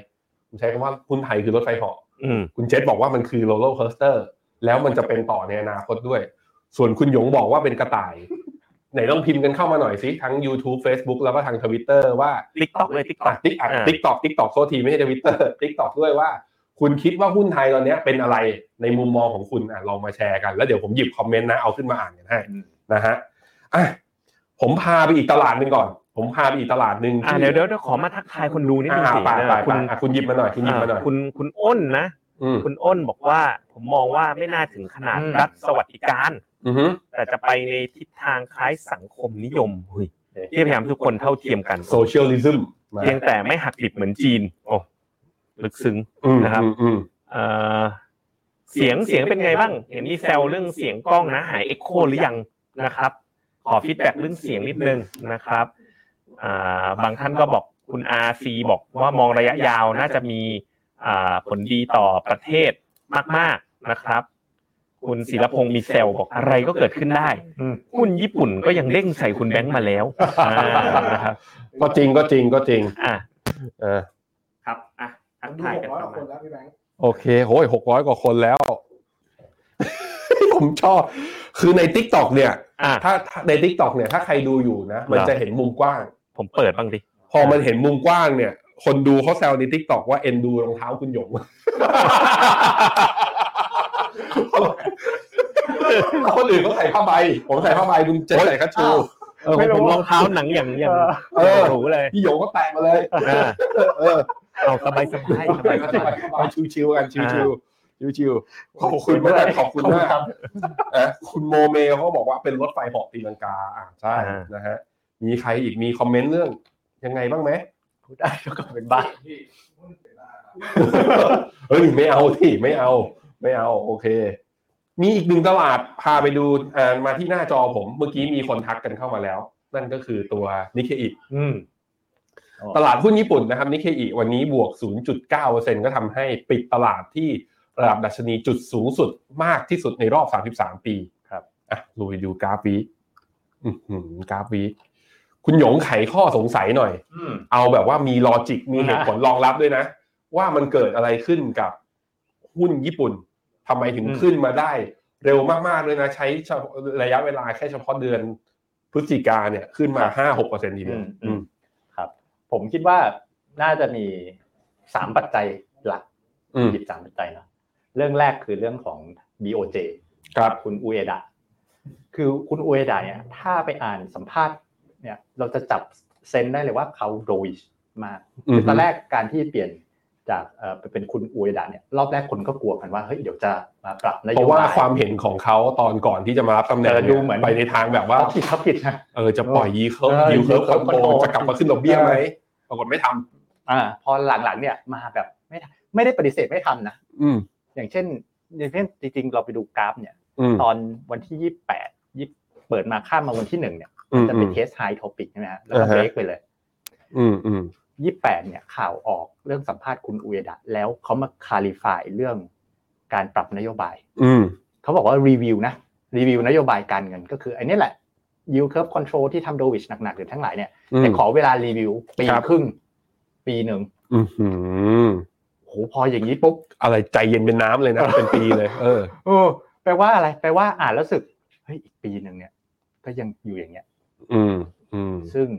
ผมใช้คำว่าคุณไทยคือรถไฟเหาะ อืม คุณเจษบอกว่ามันคือโรลเลอร์คอสเตอร์แล้วมันจะเป็นต่อในอนาคตด้วย ส่วนคุณหยงบอกว่าเป็นกระต่าย <laughs> ไหนลองพิมพ์กันเข้ามาหน่อยสิทั้ง YouTube Facebook แล้วก็ทางทวิตเตอร์ว่า ติ๊กต็อกเลยติ๊กต็ ตั อก ดติ๊กอัด อ่า ติ๊กตอกติ๊กตอกโทษทีไม่ใช่ทวิ <laughs> ตเตอร์ติ๊กตอกด้วยว่า คุณคิดว่าหุ้นไทยตอนเนี้ยเป็นอะไรในมุมมองของคุณอ่ะลองมาแชร์กันแล้วเดี๋ยวผมหยิบคอมเมนต์นะเอาขึ้นมาอ่านกันให้ อืม นะฮะอ่ะผมพาไปอีกตลาดหนึ่งก่อน ผมพาไปอีกตลาดหนึ่ง อ่า ที่ เดี๋ยวเดี๋ยวเดี๋ยวขอมาทักทายคนดูนิดนึง อ่า สิ ไปไป นะคุณ ณคุคุณหยิบมาหน่อย คุณหยิบมาหน่อย คุณคุณอ้นนะ อืม คุณอ้นบอกว่าผมมองว่าไม่น่าถึงขนาด อืม รัฐสวัสดิการ อือฮึ แต่จะไปในทิศทางคล้ายสังคมนิยมเฮ้ยที่พยายามทุกคนเท่าเทียมกัน โซเชียลิซึมมา เพียงแต่ไม่หักดิบเหมือนจีนโอ้ลึกซึ้ง อืม นะครับ อืมอืม เอ่อเสียงเสียงเป็นไงบ้าง เห็นมีแซวเรื่องเสียงกล้องนะหายเอ็กโคหรือยังนะครับ ขอฟีดแบ็เรื่องเสียงนิดนึงนะครับอ่าบางท่านก็บอกคุณอาซีบอกว่ามองระยะยาวน่าจะมีอ่าผลดีต่อประเทศมาก ๆนะครับ คุณศิรพงศ์มีแซวบอกอะไรก็เกิดขึ้นได้ อืม หุ้นญี่ปุ่นก็ยังเด้งใส่คุณแบงค์มาแล้วอ่านะครับ ก็จริงก็จริงก็จริง อ่ะ เออ ครับอ่ะทักทายกันต่อมา โอเคโอ้ยหกร้อยกว่าคนแล้ว <laughs> ผมชอบ คือใน t ิ k t o k เนี่ย อ่ะ ถ้าถ้าใน t ิ k t o k เนี่ย ถ้าใครดูอยู่นะ มัน เหรอ จะเห็นมุมกว้าง ผมเปิดบ้างดิ พอมันเห็นมุมกว้างเนี่ย คนดูเขาแซวใน t ิ k t o k ว่าเอ็นดูรองเท้าคุณหยง <laughs> คนอื่นเขาใส่ผ้าใบ ผมใส่ผ้าใบคุณเจใส่คัชชู เออผมรองเท้าหนังอย่างอย่าง เออ หรูเลย พี่หยงก็แตะมาเลยเออ เอาสบายสบายสบายสบาย เอาชิวๆกันชิวๆชิวๆขอบคุณมากขอบคุณมาก ครับ อ่ะคุณโมเมเขาบอกว่าเป็นรถไฟเหาะตีลังกาอ่ะใช่ อ่าน นะฮะมีใครอีกมีคอมเมนต์เรื่องยังไง <laughs> บ้างไหม พูดได้แล้วก็เป็นบ้า เฮ้ยไม่เอาที่ไม่เอา ไม่เอา โอเค มีอีกหนึ่งตลาดพาไปดูอ่ามาที่หน้าจอผม เมื่อกี้มีคนทักกันเข้ามาแล้ว นั่นก็คือตัวนิเคอิ อืม ตลาดหุ้นญี่ปุ่นนะครับนิเคอิวันนี้บวก 0.9%ก็ทำให้ปิดตลาดที่ระดับดัชนีจุดสูงสุดมากที่สุดในรอบ 33 ปี ครับ อ่ะลุยดูกราฟวีคอื้อหือกราฟวีคคุณหยงไขข้อสงสัยหน่อย อืม เอาแบบว่ามีลอจิกมีเหตุผลรองรับด้วยนะ ว่ามันเกิดอะไรขึ้นกับ หุ้นญี่ปุ่นทำไมถึง อืม ขึ้นมาได้ เร็วมากๆเลยนะ ใช้เฉพาะระยะเวลาแค่เฉพาะเดือนพฤศจิกาเนี่ยขึ้นมาห้าหกเปอร์เซ็นต์ทีเดียว อืมอื อืมมครับผมคิดว่าน่าจะมีสามปัจจัยหลัก อืม หยิบสามปัจจัยเนาะเรื่องแรกคือเรื่องของ BOJ ครับ คุณอุเอดะคือคุณอุเอดะเนี่ยถ้าไปอ่านสัมภาษณ์เนี่ยเราจะจับเซนส์ได้เลยว่าเขาโดยมาก อืม คือตอนแรกการที่เปลี่ยนจากเอ่อไปเป็นคุณอุเอดะเนี่ยรอบแรกคนก็กลัวกันว่าเฮ้ยเดี๋ยวจะมาปรับน เพ โย ราะว่า บาย ความเห็นของเขาตอนก่อนที่จะมารับตำแหน่ง เออดูเหมือน ไปในทางแบบว่า เขาผิดเขาผิดนะ เออจะปล่อยยีเคิร์ฟ เออ ยีเคิร์ฟคอน yield curve โทร control จะกลับมาขึ้นดอกเบี้ยไหมปรากฏไม่ทำ อ่าพอหลังๆเนี่ยมาแบบไม่ทำไม่ได้ปฏิเสธไม่ทำนะ อืม อย่างเช่นอย่างเช่นจริงๆ เราไปดูกราฟเนี่ย อืม ตอนวันที่ยี่แปดยี่เปิดมาข้ามมาวันที่หนึ่งเนี่ย อืม จะ อื เป็น ม เทสไฮทอปิกใช่ไหมฮะแล้วก็ อ่าฮะ เบรกไปเลย อืมอืม ยี่แปดเนี่ยข่าวออกเรื่องสัมภาษณ์คุณอุเอดะแล้วเขามาคลาริฟายเรื่องการปรับนโยบาย อืม เขาบอกว่ารีวิวนะรีวิวนโยบายการเงินก็คือไอ้นี่แหละ yield curve control ที่ทำโดวิชหนักๆหรือทั้งหลายเนี่ย อืม แต่ขอเวลารีวิวปี ครับ ครึ่งปีหนึ่ง อื้อหือ โหพออย่างนี้ปุ๊บ อะไรใจเย็นเป็นน้ำเลยนะ <laughs> เป็นปีเลย เออ โอ้แปลว่าอะไรแปลว่าอ่านแล้วรู้สึกเฮ้ยอีกปีหนึ่งเนี่ย ก็ยังอยู่อย่างเงี้ย อืม อืม ซึ่ง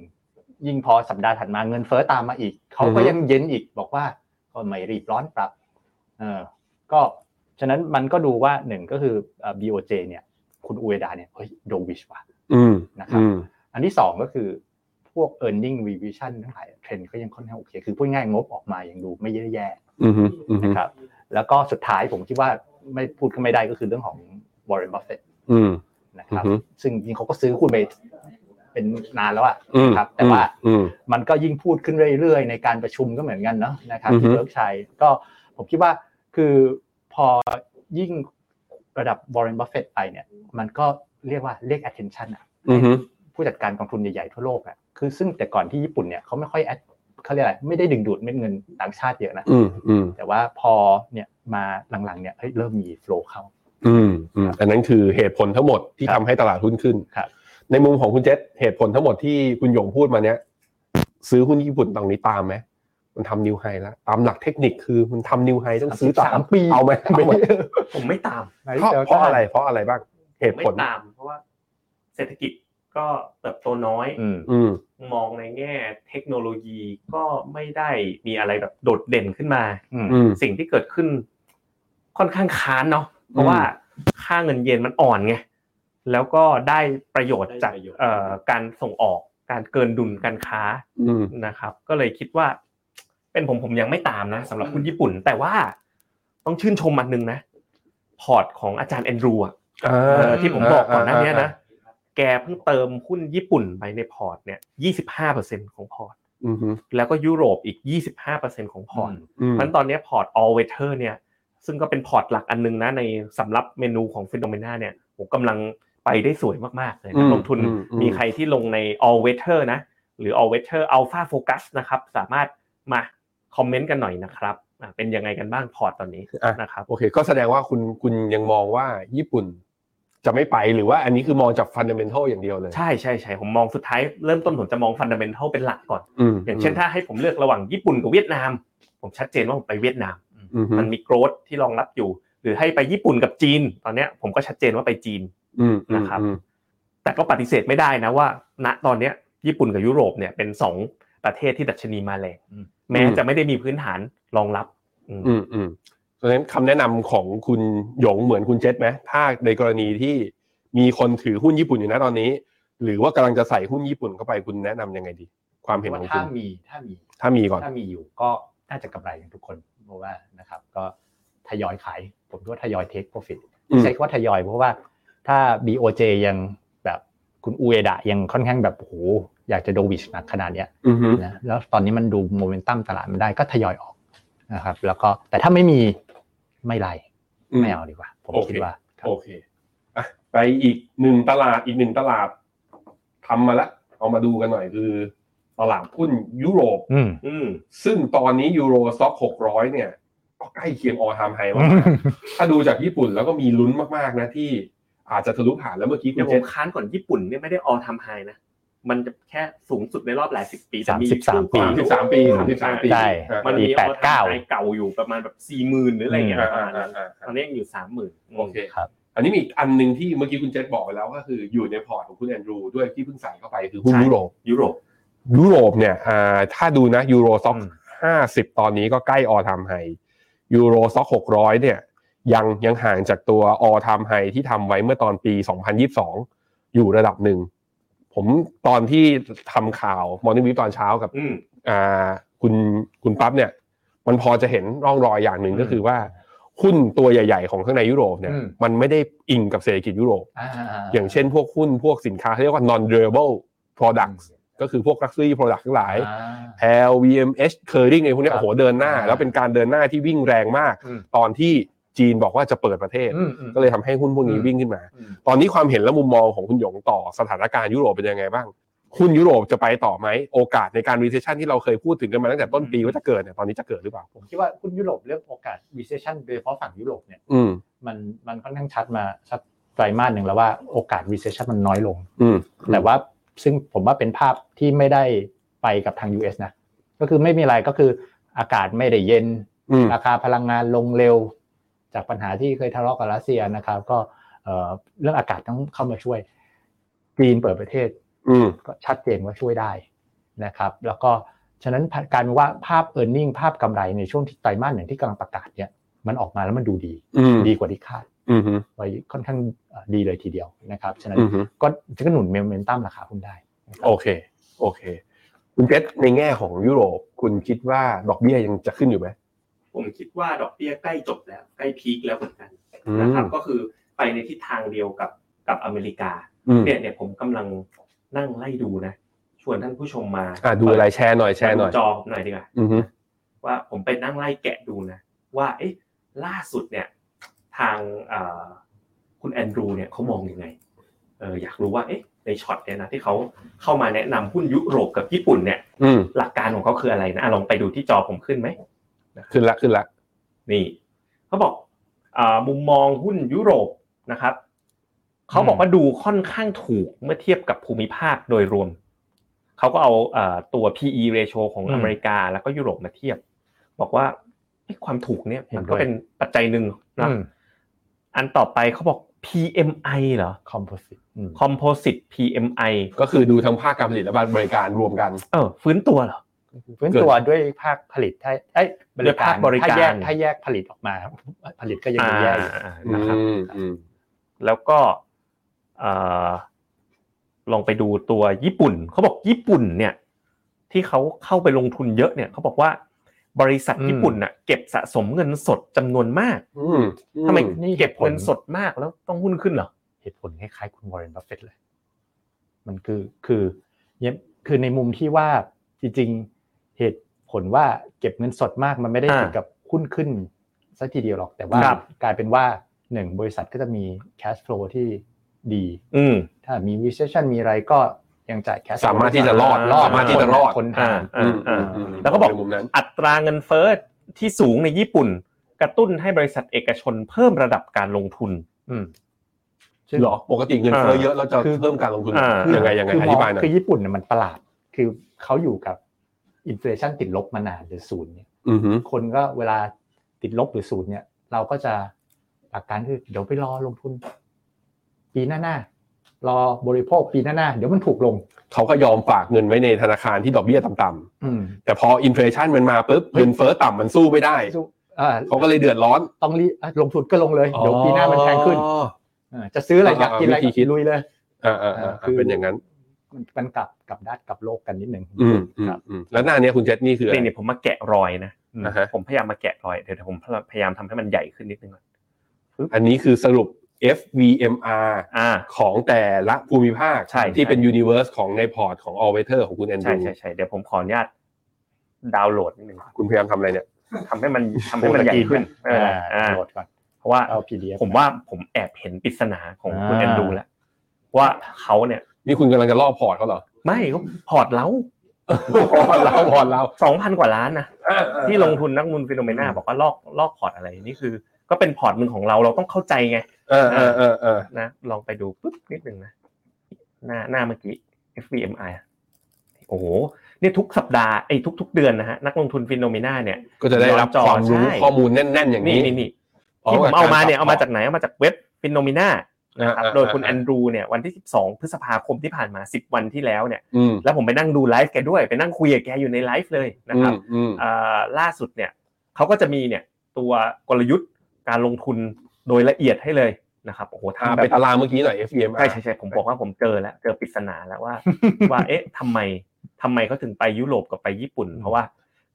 ยิ่งพอสัปดาห์ถัดมาเงินเฟ้อตามมาอีก เขาก็ อือฮึ ยังเย็นอีกบอกว่าก็ไม่รีบร้อนปรับเออก็ฉะนั้นมันก็ดูว่าหนึ่งก็คือเอ่อ BOJ เนี่ย คุณอุเอดาเนี่ยเฮ้ยโดวิชว่ะ อืม นะครับ อืม อันที่สองก็คือพวก e a r n i n g revision ทั้งหลายเทรนด์ก็ยังค่อนข้างโอเค คือพูดง่ายๆงบออกมายังดูไม่แย่ อืมอืม ๆนะครับแล้วก็สุดท้ายผมคิดว่าไม่พูดก็ไม่ได้ก็คือเรื่องของ Warren Buffett อืม นะครับ อือฮึ ซึ่งจริงเขาก็ซื้อหุ้นไปเป็นนานแล้วอะ อืม นะครับ แต่ว่า อืม มันก็ยิ่งพูดขึ้นเรื่อยๆ ในการประชุมก็เหมือนกันเนาะนะครับ อือฮึ ที่เวิร์กชัยก็ผมคิดว่าคือพอยิ่งระดับ Warren Buffett ไปเนี่ย มันก็เรียกว่าเรียก attention อะ อืม ผู้จัดการกองทุนใหญ่ๆทั่วโลกอะคือซึ่งแต่ก่อนที่ญี่ปุ่นเนี่ยเขาไม่ค่อย add เขาเรียกอะไรไม่ได้ดึงดูดเม็ดเงินต่างชาติเยอะนะ อืมอืม แต่ว่าพอเนี่ยมาหลังๆเนี่ยเฮ้ยเริ่มมี flow เข้า อืมอืมอันนั้นคือเหตุผลทั้งหมดที่ ครั ทำ บ ให้ตลาดหุ้นขึ้น ครับ ในมุมของคุณเจษเหตุผลทั้งหมดที่คุณหยงพูดมาเนี้ยซื้อหุ้นญี่ปุ่นตรงนี้ตามไหมมันทำนิวไฮแล้ว ตามหลักเทคนิคคือมันทำนิวไฮต้องซื้อตา สาม มปี เอาไหมเอาไหม ผมไม่ตาม เพราะเพราะอะไรเพราะอะไรบ้าง เห ผม ตุผ ไม่ ล ตาม เพราะว่าเศรษฐกิจก็เติบโตน้อย อืม อืม มองในแง่เทคโนโลยีก็ไม่ได้มีอะไรแบบโดดเด่นขึ้นมา อืม อืม สิ่งที่เกิดขึ้นค่อนข้างค้านเนาะเพราะว่าค่าเงินเยนมันอ่อนไงแล้วก็ได้ประโยชน์จาก ได้ประโยชน์ เอ่อการส่งออกการเกินดุลการค้า อืม นะครับ ก็เลยคิดว่า เป็นผมผมยังไม่ตามนะสำหรับคุณญี่ปุ่น แต่ว่าต้องชื่นชมอันหนึงนะ พอร์ตของอาจารย์แอนดรูอะ อ่า เออที่ผมบอกก่อนหน้าเนี้ย อ่า นะ แกเพิ่งเติมหุ้นญี่ปุ่นไปในพอร์ตเนี่ย 25%ของพอร์ต อืมฮึ แล้วก็ยุโรปอีก 25%ของพอร์ต อืม มันตอนเนี้ยพอร์ต all weather เนี่ย ซึ่งก็เป็นพอร์ตหลักอันนึงนะในสำหรับเมนูของ p h e n o m e n a เนี่ยผมกำลังไปได้สวยมาก ๆ เลย อื นะ ม ลงทุน อืมอืม มีใครที่ลงใน all weather นะ หรือ all weather alpha focus นะครับ สามารถมาคอมเมนต์กันหน่อยนะครับอ่ะเป็นยังไงกันบ้างพอร์ตตอนนี้ อ่ะ นะครับ โอเค ก็แสดงว่าคุณคุณยังมองว่าญี่ปุ่นจะไม่ไปหรือว่าอันนี้คือมองจากฟันเดเมนทัลอย่างเดียวเลย ใช่ใช่ใช่ผมมองสุดท้ายเริ่มต้นผมจะมองฟันดัมเบลทัลเป็นหลักก่อน อืม อย่างเช่นถ้าให้ผมเลือกระหว่างญี่ปุ่นกับเวียดนาม ผมชัดเจนว่าผมไปเวียดนาม อืมฮึ มันมีโกรดที่รองรับอยู่ หรือให้ไปญี่ปุ่นกับจีน ตอนเนี้ยผมก็ชัดเจนว่าไปจีน อืมอืม นะครับ อืม แต่ก็ปฏิเสธไม่ได้นะว่า ณตอนเนี้ยญี่ปุ่นกับยุโรปเนี่ยเป็นสองประเทศที่ดัชนีมาแรง อืม แม้จะไม่ได้มีพื้นฐานรองรับอืม อืมอืมเพราะฉะนั้นคำแนะนำของคุณหยงเหมือนคุณเจษไหมถ้าในกรณีที่มีคนถือหุ้นญี่ปุ่นอยู่นะตอนนี้ หรือว่ากำลังจะใส่หุ้นญี่ปุ่นเข้าไปคุณแนะนำยังไงดี ความเห็น ว่า ของคุ ถ้า ณ มีถ้ามี ถ้ามีก่อน ถ้ามีอยู่ก็น่าจะกำไรกันทุกคนเพราะว่านะครับก็ทยอยขาย ผมคิดว่าทยอยเทคโปรฟิต อืม ใช้คำว่าทยอยเพราะว่าถ้า BOJ ยังแบบคุณอูเอดะยังค่อนข้างแบบโอ้โหอยากจะโดวิชหนักขนาดเนี้ย อืมฮึ นะแล้วตอนนี้มันดูโมเมนตัมตลาดมันได้ก็ทยอยออกนะครับแล้วก็แต่ถ้าไม่มีไม่ไรไม่เอาดีกว่า ผมคิดว่าครับ โอเคอ่ะไปอีกหนึ่งตลาดอีกหนึ่งตลาดทำมาละเอามาดูกันหน่อยคือตลาดหุ้นยุโรป อืม อืม ซึ่งตอนนี้ยูโรซ็อก600 เนี่ย ก็ใกล้เคียงออทามไฮมากๆถ้าดูจากญี่ปุ่นแล้วก็มีลุ้นมากๆนะที่อาจจะทะลุผ่านแล้วเมื่อกี้คุ เดี๋ย ณ ว เจ ผม ษ ค้านก่อนญี่ปุ่นเนี่ยไม่ได้ออทำไฮนะ มันจะแค่สูงสุดในรอบหลายสิบปี สามสิบสาม แต่ สามสิบสามปีสามสิบสามปี ใช่ มันมี ปีแปดเก้า อวตรเก่าอยู่ประมาณแบบสี่หมื่นหรืออะไรเงี้ย อ่า ประมาณอ่าอ่า นั้น อ่า ตอนนี้ยังอยู่สามหมื่น โอเค ครับ อันนี้มีอีกอันหนึ่งที่เมื่อกี้คุณเจษบอกไปแล้วก็คืออยู่ในพอร์ตของคุณแอนดรูด้วยที่เพิ่งใส่เข้าไปคือหุ้น ใช่ ยุโรป ยุโรป ยุโรปเนี่ยอ่าถ้าดูนะยูโรซ็อก อืม ห้าสิบตอนนี้ก็ใกล้ออทามไฮยูโรซ็อกหกร้อยเนี่ยยังยังห่างจากตัวออทามไฮที่ทำไว้เมื่อตอนปี 2022 อยู่ระดับหนึ่ง ผมตอนที่ทำข่าวมอร์นิ่งวิตอนเช้ากับ อืม อ่าคุณคุณปั๊บเนี่ย มันพอจะเห็นร่องรอยอย่างหนึ่ง อืม ก็คือว่าหุ้นตัวใหญ่ ๆ ของข้างในยุโรปเนี่ย อืม มันไม่ได้อิงกับเศรษฐกิจยุโรป อย่างเช่นพวกหุ้นพวกสินค้าที่เรียกว่า non durable products ก็คือพวก luxury product ทั้งหลาย อ่า LVMH Kering ไอ้พวกเนี้ย ครั โอ้ บ โหเดินหน้า อ่า แล้วเป็นการเดินหน้าที่วิ่งแรงมาก อืม ตอนที่จีนบอกว่าจะเปิดประเทศ อืมอืม ก็เลยทำให้หุ้นพวกนี้ อืม วิ่งขึ้นมา อืม ตอนนี้ความเห็นและมุมมองของคุณหยงต่อสถานการณ์ยุโรปเป็นยังไงบ้าง คุณยุโรปจะไปต่อไหม โอกาสในการ recession ที่เราเคยพูดถึงกันมาตั้งแต่ต้นปีว่าจะเกิดเนี่ยตอนนี้จะเกิดหรือเปล่า ผมคิดว่าหุ้นยุโรปเรื่องโอกาส recession โดยเฉพาะฝั่งยุโรปเนี่ย อืม มันมันค่อนข้างชัดมาชัดไตรมาสหนึ่งแล้วว่าโอกาส recession มันน้อยลง อืม แต่ว่าซึ่งผมว่าเป็นภาพที่ไม่ได้ไปกับทาง US นะ ก็คือไม่มีอะไรก็คืออากาศไม่ได้เย็น อืม ราคาพลังงานลงเร็ว จากปัญหาที่เคยทะเลาะกับรัสเซียนะครับ ก็เอ่อเรื่องอากาศต้องเข้ามาช่วยจีนเปิดประเทศ อืม ก็ชัดเจนว่าช่วยได้นะครับ แล้วก็ฉะนั้นการว่าภาพ e a r n i n g ภาพกำไรในช่วงที่ไตรมาสหนึ่งที่กำลังประกาศเนี่ยมันออกมาแล้วมันดูดี อืม ดีกว่าที่คาด อืม อืม ไว้ค่อนข้างเอ่อดีเลยทีเดียวนะครับฉะนั้น อืม ก็จะก็หนุนเมมเมนตัมราคาหุ้นได้นะครับ โอเค โอเค คุณเจษในแง่ของยุโรป คุณคิดว่าดอกเบี้ยยังจะขึ้นอยู่ไหม ผมคิดว่าดอกเบี้ยใกล้จบแล้ว ใกล้พีคแล้วเหมือนกัน อืม นะครับ ก็คือไปในทิศทางเดียวกับกับอเมริกา อืม เนี่ยเนี่ยผมกำลังนั่งไล่ดูนะ ชวนท่านผู้ชมมา อ่าดูอะไรแชร์หน่อยแชร์หน่อย มาดูจอหน่อยดีกว่า อืม ว่าผมไปนั่งไล่แกะดูนะ ว่าเอ๊ะล่าสุดเนี่ยทางเอ่อคุณแอนดรูเนี่ยเขามองยังไงเอออยากรู้ว่าเอ๊ะในช็อตเนี่ยนะที่เขาเข้ามาแนะนำหุ้นยุโรปกับญี่ปุ่นเนี่ย อืม หลักการของเขาคืออะไรนะอ่ะลองไปดูที่จอผมขึ้นไหม ขึ้นละขึ้นละ นี่เขาบอกอ่ามุมมองหุ้นยุโรปนะครับเขาบอกว่าดูค่อนข้างถูกเมื่อเทียบกับภูมิภาคโดยรวม เขาก็เอาเอ่อตัว P/E ratio ของ อืม อเมริกาแล้วก็ยุโรปมาเทียบ บอกว่าเอ้ยความถูกเนี่ยมันเห็นด้ก็วย เป็นปัจจัยหนึ่งนะ อืม อันต่อไปเขาบอก PMI เหรอ composite อืม composite PMI ก็คือดูทั้งภาคการผลิตและบริการรวมกัน เออฟื้นตัวเหรอ ฟื้นตัวด้วยภาคผลิตถ้าไอ้ยบ ด้ ริ วย กา ภารคบริการ ถ้าแยกถ้าแยกผลิตออกมา <laughs> ผลิตก็ยังดูแย่อยู่ อ่า อื นะครับ มอืม แล้วก็เอ่อลองไปดูตัวญี่ปุ่นเขาบอกญี่ปุ่นเนี่ย ที่เขาเข้าไปลงทุนเยอะเนี่ยเขาบอกว่าบริษัทญี่ปุ่นน่ะเก็บสะสมเงินสดจำนวนมาก อืมอื ทำไม นี่ เก็บเงินสดมากแล้วต้องหุ้นขึ้นเหรอ เหตุผลคล้ายๆคุณวอร์เรนบัฟเฟตเลย มันคือคือเนี่ยคือในมุมที่ว่าจริงๆเหตุผลว่าเก็บเงินสดมากมันไม่ได้ อ่า ถึงกับหุ้นขึ้นสักทีเดียวหรอกแต่ว่า ครับ กลายเป็นว่าหนึ่งบริษัทก็จะมี cash flow ที่ดี อืม ถ้ามี recession มีอะไรก็ยังจ่าย cash flow สามารถที่จะรอด รอด สามารถที่จะรอด คนหา อ่าอ่า อืม แล้วก็บอก ในมุมนั้น อัตราเงินเฟ้อที่สูงในญี่ปุ่น กระตุ้นให้บริษัทเอกชนเพิ่มระดับการลงทุน อืม หรอปกติเงินเฟ้อเยอะเราจะ คือ เพิ่มการลงทุน อ่า ยังไงยังไง คือ อ ม ธิ อง บายหน่อย คือญี่ปุ่นเนี่ยมันประหลาด คือเขาอยู่กับอินฟลชันติดลบมานานหรือศูนย์เนี่ย อือหือ คนก็เวลาติดลบหรือศูนย์เนี่ย เราก็จะหลักการคือเดี๋ยวไปรอลงทุน ปีหน้าๆรอบริโภคปีหน้าๆเดี๋ยวมันถูกลง เขาก็ยอมฝากเงินไว้ในธนาคารที่ดอกเบี้ยต่ำ อืม ๆแต่พออินฟลชันมันมาปุ๊บเงินเฟ้อต่ำมันสู้ไม่ได้ สู้อ่า เขาก็เลยเดือดร้อน ต้องรีบอ่ะลงทุนก็ลงเลย เดี๋ยวปีหน้ามันแพงขึ้น อ๋อ อ่าจะซื้ออะไร อ่า อยากกินอะไร วิธีคิด ลุยเลย อ่าอ่าอ่า คือ เป็นอย่างนั้น มันมันกลับกลับด้านกลับโลกกันนิดนึง อืมอืมอืมแล้วหน้าเนี้ยคุณเจษนี่คืออะไร นี่เนี่ยผมมาแกะรอยนะอืม นะฮะ ผมพยายามมาแกะรอยเดี๋ยวเดี๋ยวผมพยายามทำให้มันใหญ่ขึ้นนิดนึงก่อน อันนี้คือสรุป FVMR อ่า ของแต่ละภูมิภาค ใช่ ที่ ใช่ เป็นยูนิเวอร์สของในพอร์ตของ All Weather ของคุณแอนด ใช่ รู ใช่ใช่เดี๋ยวผมขออนุญาตดาวน์โหลดนิดนึง คุณพยายามทำอะไรเนี่ย ทำให้มันทำให้มันใหญ่ขึ้นเอออ่า โหลดก่อน เพราะว่า เอา PDF ผมว่าผมแอบเห็นปริศนาของคุณ อ่า แอนดรูแล้ว ว่าเขาเนี่ย นี่คุณกำลังจะล่อพอร์ตเขาเหรอ ไม่ก็พอร์ตเล้า พอร์ตเราพอร์ตเรา สองพันกว่าล้านนะ อ่า ที่ลงทุนนักลงทุนฟิโนเมนาบอกว่าลอกลอกพอร์ตอะไรนี่คือ ก็เป็นพอร์ตหนึ่งของเราเราต้องเข้าใจไง เออเออเออเออ นะลองไปดูปุ๊บนิดหนึ่งนะหน้าหน้าเมื่อกี้ FVMI โอ้โหเนี่ยทุกสัปดาห์ไอ้ยทุก ๆ เดือนนะฮะนักลงทุนฟิโนเมนาเนี่ย ก็จะได้รับความรู้ ใช่ ข้อมูลแน่น ๆ อย่าง นี่ นี้ นี่นี่ พร้ ที่ผม กับ เอามาเนี่ย ก เอา รป มา รับ จากไหนเอามาจากเว็บฟิโนเมนา อ่า ครับ อ่า โดยคุณแอนดรูเนี่ยวันที่ 12 พฤษภาคมที่ผ่านมา 10 วันที่แล้วเนี่ย อืม แล้วผมไปนั่งดูไลฟ์แกด้วยไปนั่งคุยกับแกอยู่ในไลฟ์เลยนะครับ อืม เอ่อล่าสุดเนี่ยเขาก็จะมีเนี่ยตัวกลยุทธ์การลงทุนโดยละเอียดให้เลยนะครับโอ้โห อ่า ทำแบ เป็น บ ตารางเมื่อกี้หน่อย FEM ใช่ใช่ใช่ผมบอกว่าผมเจอแล้วเจอปริศนาแล้ว <laughs> ว่า ว่าเอ๊ะทำไมทำไมเขาถึงไปยุโรปกับไปญี่ปุ่น เพราะว่า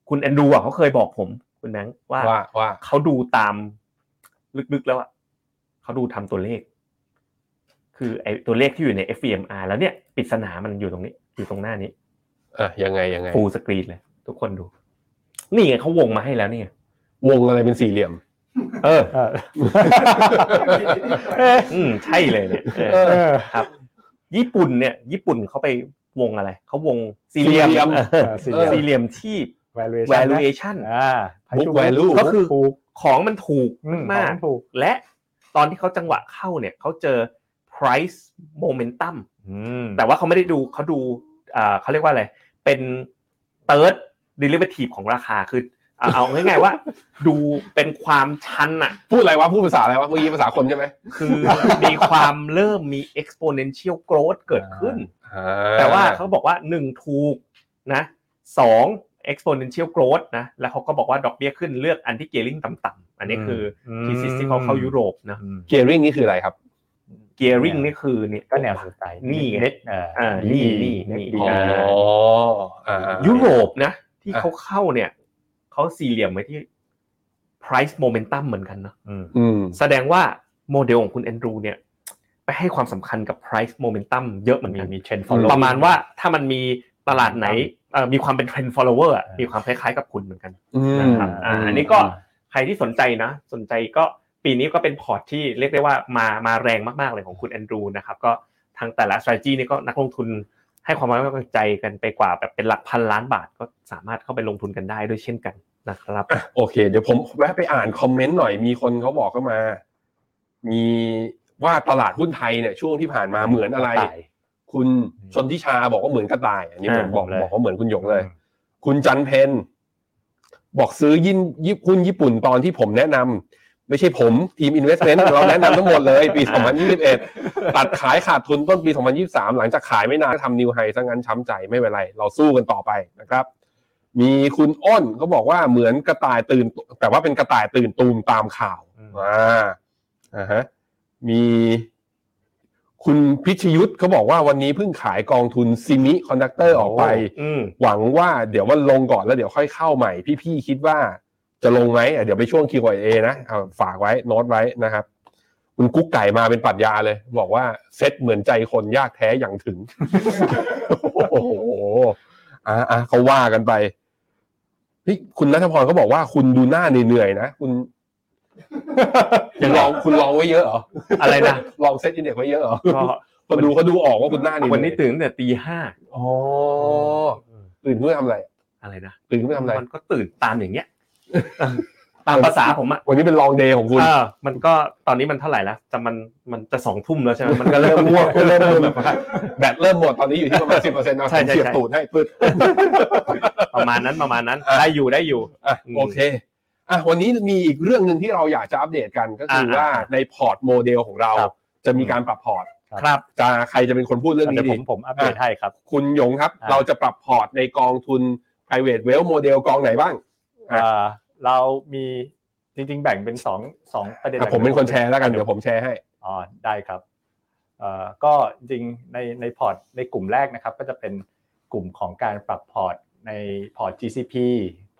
คุณแอนดรูอ่ะเขาเคยบอกผมคุณแบงค์ว่า ว่าว่า เขาดูตามลึกๆแล้วอ่ะเขาดูทำตัวเลข คือไอ้ตัวเลขที่อยู่ใน FEMR แล้วเนี่ยปริศนามันอยู่ตรงนี้ อยู่ตรงหน้านี้ อ่ะยังไงยังไง ฟูลสกรีนเลย ทุกคนดู นี่ไงเขาวงมาให้แล้วนี่ไง วงอะไรเป็นสี่ <laughs> เหลี่ยม เออ อืมใช่เลยเนี่ยเออ เออ ครับ ญี่ปุ่นเนี่ย ญี่ปุ่นเขาไปวงอะไร เขาวงสี่เหลี่ยม สี่เหลี่ยม เออ สี่เหลี่ยม สี่เหลี่ยมที่ valuation นะ valuation อ่า Book value ก็คือ ถูก ของมันถูก อืม มาก ของถูก และตอนที่เขาจังหวะเข้าเนี่ยเขาเจอ price momentum อืม แต่ว่าเขาไม่ได้ดูเขาดูอ่าเขาเรียกว่าอะไร เป็น third derivative ของราคาคืออ่าเอาง่าย <laughs> ๆว่า ดูเป็นความชันอะ พูดอะไรวะ พูดภาษาอะไรวะ เมื่อกี้ภาษาคนใช่ไหม คือ <laughs> มีความเริ่มมี exponential growth เกิดขึ้น อ่ แต่ว่าเขาบอกว่าหนึ่งถูกนะสอง exponential growth นะ แล้วเขาก็บอกว่าดอกเบี้ยขึ้นเลือกอันที่เก r ริ่งต่ำๆอันนี้คือทีซิสที่เขาเข้ายุโรปนะ อืม เกียร์ริงนี่คืออะไรครับ เก r ริ่งนี่คือเนี่ย ก็แนวสนใจ นี่ไง เน็ตเอ่ออา นี่นี่นี่ อ๋อ อ่า อ่า <laughs> ยุโรปนะ ที่เขาเข้าเนี่ยเขาสี่เหลี่ยมไว้ที่ price momentum เหมือนกันเนาะ อืม อืม แสดงว่าโมเดลของคุณแอนดรูเนี่ย ไปให้ความสำคัญกับ price momentum เยอะเหมือน มี กัน มีเทรนด์ follow ประมาณว่าถ้ามันมีตลาดไหนเอ่อมีความเป็นเทรนด์ follower อะ อ่ามี มีความคล้ายๆกับคุณเหมือนกัน อืม นะครับอ่าอันนี้ก็ใครที่สนใจนะ สนใจก็ปีนี้ก็เป็นพอร์ตที่เรียกได้ว่ามามาแรงมากๆเลยของคุณแอนดรูนะครับก็ทางแต่ละ strategy นี่ก็นักลงทุนให้ความไว้วางใจกันไปกว่าแบบเป็นหลักพันล้านบาทก็สามารถเข้าไปลงทุนกันได้ด้วยเช่นกันนะครับ โอเค เดี๋ยวผมแวะไปอ่านคอมเมนต์หน่อย มีคนเขาบอกเข้ามา มีว่าตลาดหุ้นไทยเนี่ย ช่วงที่ผ่านมาเหมือนอะไร ตาย คุณชนทิชาบอกว่าเหมือนกระต่าย อันนี้ อ่า ผมบอก ผมเลย บอกว่าเหมือนคุณหยกเลย คุณจันเพนบอกซื้อยินยิบหุ้นญี่ปุ่นตอนที่ผมแนะนำไม่ใช่ผมทีม Investment เราแนะนำทั้งหมดเลยปี 2021 ตัดขายขาดทุนต้นปี 2023 หลังจากขายไม่นานก็ทำนิวไฮซะงั้นช้ำใจไม่เป็นไร เราสู้กันต่อไปนะครับ มีคุณอ้นเขาบอกว่าเหมือนกระต่ายตื่น แต่ว่าเป็นกระต่ายตื่นตูมตามข่าวอ่าอ่าฮะมีคุณพิชยุทธ์เขาบอกว่าวันนี้เพิ่งขายกองทุนซิมิคอนดักเตอร์ออกไป อืม หวังว่าเดี๋ยวมันลงก่อนแล้วเดี๋ยวค่อยเข้าใหม่ พี่ๆคิดว่าจะลงไหมอ่ะเดี๋ยวไปช่วง Q&A นะเอาฝากไว้โน้ตไว้นะครับคุณกุ๊กไก่มาเป็นปรัดยาเลย บอกว่าเซ็ตเหมือนใจคนยากแท้อย่างถึง <laughs> โอ้โหอ่ะอ่ะเขาว่ากันไปเฮ้ยคุณนัทพรเขาบอกว่าคุณดูหน้าเหนื่อยๆนะ <laughs> คุณ ยังไง ลองคุณลองไว้เยอะเหรอ อะไรนะ ลองเซ็ตอินเด็กซ์ไว้เยอะเหรอ ก็ คนดูเขาดูออกว่าคุณหน้าเหนื่อย วันนี้ตื่นตั้งแต่ตีห้า อ๋อตื่นเพื่อทำอะไร อะไรนะ ตื่นเพื่อทำอะไร มันก็ตื่นตามอย่างเงี้ย ตามภาษาผมอะ วันนี้เป็นลองเดย์ของคุณ เออมันก็ตอนนี้มันเท่าไหร่แล้วจะมันมันจะสองทุ่มแล้วใช่ไหมมันก็ ก็ เริ่มเริ่มง่วงเริ่ม เริ่มแบ แบบ บ ว่า แบตเริ่มหมดตอนนี้อยู่ที่ประมาณสิบเปอร์เซ็นต์เอา ใช่ใช่ เสียบ ใช่ ตูดให้ปึ๊ด ประมาณนั้นประมาณนั้น อ่ะ ได้อยู่ได้อยู่ อ่ะ อืม โอเคอ่ะวันนี้มีอีกเรื่องหนึ่งที่เราอยากจะอัปเดตกันก็คือ อ่ะ ว่าในพอร์ตโมเดลของเรา ครับ จะมีการปรับพอร์ต ครับ จะใครจะเป็นคนพูดเรื่อง เดี๋ย นี้ วผ ดี มผมอัปเดตให้ครับ คุณหยงครับ อ่ะ เราจะปรับพอร์ตในกองทุน private wealth โมเดลกองไหนบ้าง อ่ะ เอ่อเรามีจริง ๆ แบ่งเป็นสองสองประเด็นห อ่ะ ลัก ผมเป็นคนแชร์แล้วกันเดี๋ยวผมแชร์ให้ อ๋อได้ครับเอ่อก็จริงๆในในพอร์ตในกลุ่มแรกนะครับ ก็จะเป็นกลุ่มของการปรับพอร์ตในพอร์ต GCP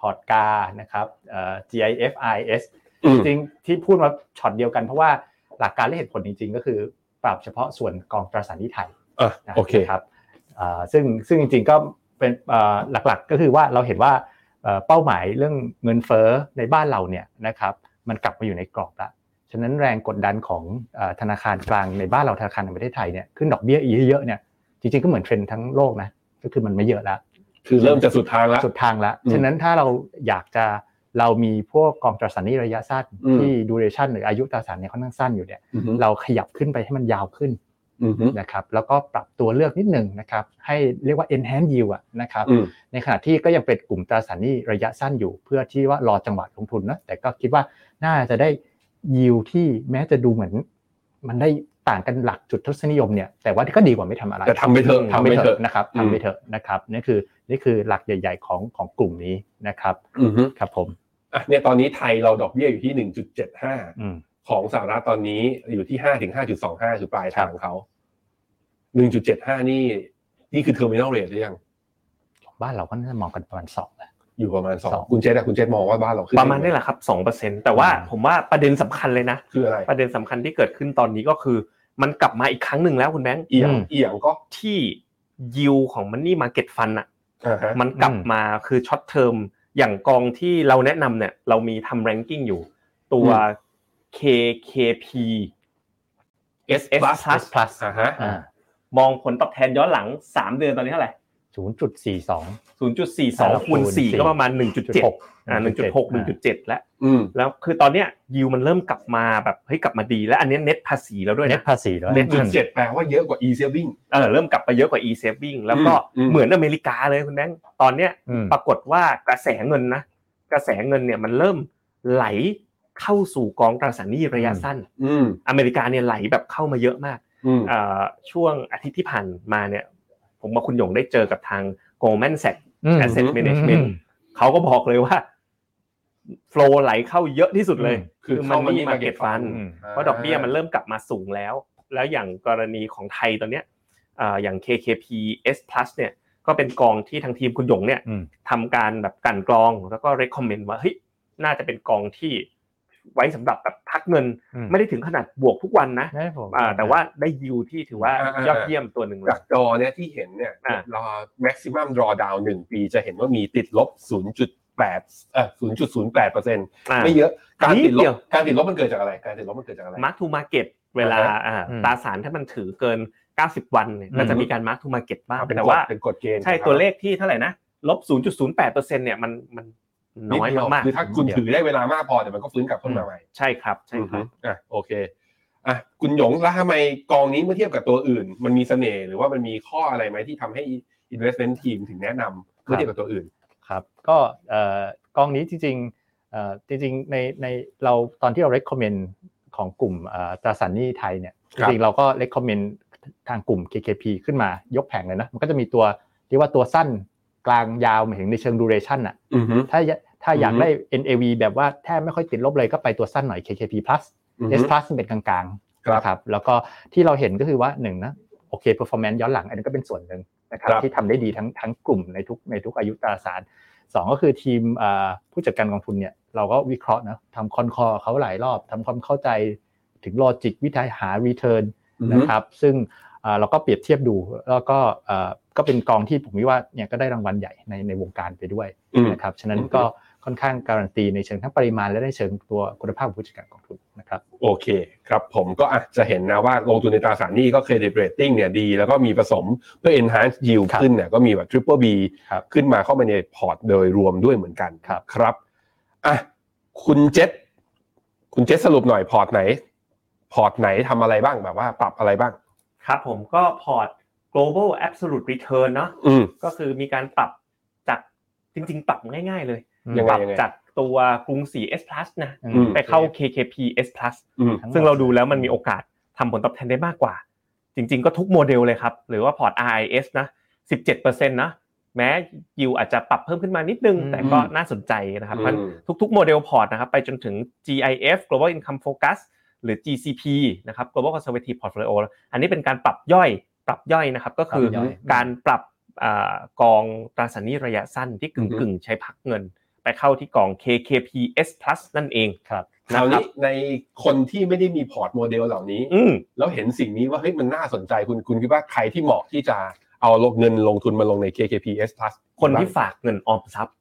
พอร์ตกานะครับเอ่อ GIF IS อืม จริงๆที่พูดมาช็อตเดียวกันเพราะว่าหลักการและเหตุผลจริง ๆ ก็คือปรับเฉพาะส่วนกองตราสารหนี้ไทย อ่ะโอเค นะครับอ่าซึ่งซึ่งจริงๆก็เป็นอ่าหลักๆก็คือว่าเราเห็นว่าเอ่อเป้าหมายเรื่องเงินเฟ้อในบ้านเราเนี่ยนะครับมันกลับมาอยู่ในกรอบละฉะนั้นแรงกดดันของอ่าธนาคารกลางในบ้านเราธนาคารในประเทศไทยเนี่ยขึ้นดอกเบี้ยเยอะๆเนี่ยจริงๆก็เหมือนเทรนด์ทั้งโลกนะก็คือมันไม่เยอะแล้ว คือเริ่มจะสุดทางแล้ว สุดทางแล้ว อืม ฉะนั้นถ้าเราอยากจะเรามีพวกกองตราสารหนี้ระยะสั้น อืม ที่ดูเรชันหรืออายุตราสารเนี่ยค่อนข้างสั้นอยู่เนี่ย อือฮึ เราขยับขึ้นไปให้มันยาวขึ้น อืมฮึ นะครับแล้วก็ปรับตัวเลือกนิดหนึ่งนะครับให้เรียกว่า enhance yield อะนะครับ อืม ในขณะที่ก็ยังเป็นกลุ่มตราสารหนี้ระยะสั้นอยู่ เพื่อที่ว่ารอจังหวะลงทุนนะแต่ก็คิดว่าน่าจะได้ yield ที่แม้จะดูเหมือน มันได้ต่างกันหลักจุดทศนิยมเนี่ยแต่ว่าก็ดีกว่าไม่ทำอะไร แต่ทำไปเถอะ ทำไปเถอะนะครับ อืม ทำไปเถอะนะครับนี่คือนี่คือหลักใหญ่ ๆ ของของกลุ่มนี้นะครับ อืมฮึ ครับผม อ่ะเนี่ยตอนนี้ไทยเราดอกเบี้ยอยู่ที่หนึ่งจุดเจ็ดห้า อืม ของสหรัฐตอนนี้อยู่ที่ห้าถึงห้าจุดสองห้าคือปลายทาง ครับ เขาหนึ่งจุดเจ็ดห้านี่ นี่คือเทอร์มินอลเรทหรือยัง บ้านเราก็น่าจะมองกันประมาณสองนะ อยู่ประมาณสอง สอง คุณเจษอะคุณเจษมองว่าบ้านเราขึ้น ประมาณนี้แหละครับสองเปอร์เซ็นแต่ว่าผมว่าประเด็นสำคัญเลยนะ คืออะไร ประเด็นสำคัญที่เกิดขึ้นตอนนี้ก็คือ มันกลับมาอีกครั้งหนึ่งแล้วคุณแบงค์ เอียง อืม เอียงก็ ที่ยิวของมันนี่มาเก็ตฟันอะ อ่าฮะ มันกลับมาคือช็อตเทอมอย่างกองที่เราแนะนำเนี่ย เรามีทำแรงกิ้งอยู่ ตัว KKP S S plus plus อ่าฮะ อ่าม องผลตอบแทนย้อนหลัง 3 เดือนตอนนี้เท่าไหร่ ศูนย์จุดสี่สอง 0.42 คูณ 4 ก็ประมาณ 1.7อ่า1.6 1.7 แล้ว อืม แล้วคือตอนเนี้ยยิวมันเริ่มกลับมาแบบเฮ้ยกลับมาดี และอันเนี้เน็ตภาษีแล้วด้วย เน็ต นะ ภาษีแล้ว เน็ เจ็ ต ดจุดเจ็ดแปลว่าเยอะกว่า e saving เออเริ่มกลับไปเยอะกว่า e saving แล้วก็ อืมอืม เหมือนอเมริกาเลยคุณแบงค์ตอนเนี้ย อืม ปรากฏว่ากระแสเงินนะกระแสเงินเนี่ยมันเริ่มไหลเข้าสู่กองตราสารหนี้ระยะสั้น อืม อเมริกาเนี่ยไหลแบบเข้ามาเยอะมาก อืม เอ่อช่วงอาทิตย์ที่ผ่านมาเนี่ย ผมกับคุณหยงได้เจอกับทาง Goldman Sachs อืม Asset Management เขาก็บอกเลยว่าโฟลไหลเข้าเยอะที่สุดเลย คือ money money market market fund fund อืม เพราะดอกเบี้ยมันเริ่มกลับมาสูงแล้ว แล้วอย่างกรณีของไทยตอนเนี้ยเอ่ออย่าง KKP S plus เนี่ย ก็เป็นกองที่ทางทีมคุณหยงเนี่ย อืม ทำการแบบกลันกรองแล้วก็ recommend ว่าเฮ้ยน่าจะเป็นกองที่ไว้สำหรับแบบพักเงิน อืม ไม่ได้ถึงขนาดบวกทุกวันนะ ไม่ได้ผม อ่าแต่ว่าได้ยิวที่ถือว่า อ่าอ่าย ย อดเยี่ยมตัวหนึ่งเล จาย กจอเนี่ยที่เห็นเนี่ย อ่ะ รอ maximum drawdown หนึ่งปีจะเห็นว่ามีติดลบ 0.8เอ่อ0.08เปอร์เซ็นต์ อ่า ไม่เยอะ การติดล นิดเดียบว การติดลบมันเกิดจากอะไร การติดลบมันเกิดจากอะไร มาร์กทูมาเก็ตเวลาอ่าตราสารถ้ามันถือเกิน 90 วันเนี่ยก็จะมีการมาร์กทูมาเก็ตบ้าง เป็น แต่ กฎ ว่า เป็นกฎเกณฑ์ ใช่ นะครับ ตัวเลขที่เท่าไหร่นะลบ 0.08%เนี่ยมันมันน้อย ดเดีว มาก คือถ้าคุณถือได้เวลามากพอเดี๋ยวมันก็ฟื้นกลับขึ้นมาใหม่ ๆใช่ครับใช่ อือ ค ฮึ รับ อ่ะโอเคอ่ะคุณหยงแล้วทำไมกองนี้เมื่อเทียบกับตัวอื่น มันมีเสน่ห์หรือว่ามันมีข้ออะไรไหมที่ทำให้ investment team ถึงแนะนำเมื่อเทียบกับตัวอื่น ครับก็เอ่อกองนี้จริงๆเอ่อจริงๆในในเราตอนที่เรา recommend ของกลุ่มเอ่อตราสารหนี้ไทยเนี่ย ค จ รับ ริงๆเราก็ recommend ทางกลุ่ม KKP ขึ้นมายกแผงเลยนะมันก็จะมีตัวเรียกว่าตัวสั้นกลางยาวหมายถึงในเชิง duration อ่ะ อือฮึ ถ้าถ้าอยาก อือฮึ ได้ NAV แบบว่าแทบไม่ค่อยติดลบเลยก็ไปตัวสั้นหน่อย KKP plus อือ S ฮึ plus เป็นกลาง ครับๆนะครับแล้วก็ที่เราเห็นก็คือว่าหนึ่งนะโอเค performance ย้อนหลังอันนี้ก็เป็นส่วนหนึ่งนะครับ ครับ ที่ทำได้ดีทั้งทั้งกลุ่มในทุกในทุกอายุตราสารสองก็คือทีมเอ่อผู้จัดการกองทุนเนี่ยเราก็วิเคราะห์นะทำคอนคอเขาหลายรอบทำความเข้าใจถึงลอจิกวิธีหา return อือฮึ นะครับซึ่งเอ่อเราก็เปรียบเทียบดูแล้วก็เอ่อก็เป็นกองที่ผมว่าเนี่ยก็ได้รางวัลใหญ่ในในวงการไปด้วย อืม นะครับฉะนั้น อืม ก็ค่อนข้างการันตีในเชิงทั้งปริมาณและในเชิงตัวคุณภาพของผู้จัดการกองทุนนะครับ โอเคครับผมก็อาจจะเห็นนะว่าลงทุนในตราสารหนี้ก็เครดิตเรตติ้งเนี่ยดี แล้วก็มีผสมเพื่อ enhance yield ครับ ขึ้นเนี่ยก็มีแบบ triple B ครับ ขึ้นมาเข้ามาในพอร์ตโดยรวมด้วยเหมือนกัน ครับ ครับอ่ะคุณเจษคุณเจษสรุปหน่อยพอร์ตไหน พอร์ตไหนทำอะไรบ้างแบบว่าปรับอะไรบ้าง ครับผมก็พอร์ต global absolute return เนาะ อืม ก็คือมีการปรับจากจริงๆ ปรับง่ายๆเลย ยัง ป ไง รับ ยังไง จากตัวกรุงศรี S plus นะ อืม ไปเข้า KKP S plus อืม ทั้หมด ซึ่งเราดูแล้วมันมีโอกาสทำผลตอบแทนได้มากกว่า จริงๆก็ทุกโมเดลเลยครับ หรือว่าพอร์ต RIS นะ 17%นะแม้ยิวอาจจะปรับเพิ่มขึ้นมานิดนึง อืม แต่ก็น่าสนใจนะครับเพราะ อืม ทุกๆ โมเดลพอร์ตนะครับไปจนถึง GIF Global Income Focus หรือ GCP นะครับ Global Conservative Portfolio อันนี้เป็นการปรับย่อยปรับย่อยนะครับ ก็คือ ปรับย่อย การปรับอ่ากองตราสารหนี้ระยะสั้นที่กึ่งกึ่งๆใช้พักเงิน ไปเข้าที่กอง KKPS Plus นั่นเอง ครับ ค นะ ราว ครับ นี้ในคนที่ไม่ได้มีพอร์ตโมเดลเหล่านี้ อืม แล้วเห็นสิ่งนี้ว่าเฮ้ยมันน่าสนใจคุณคุณคิดว่าใครที่เหมาะที่จะเอาลงเงินลงทุนมาลงใน KKPS Plus คนที่ฝากเงินออมทรัพย์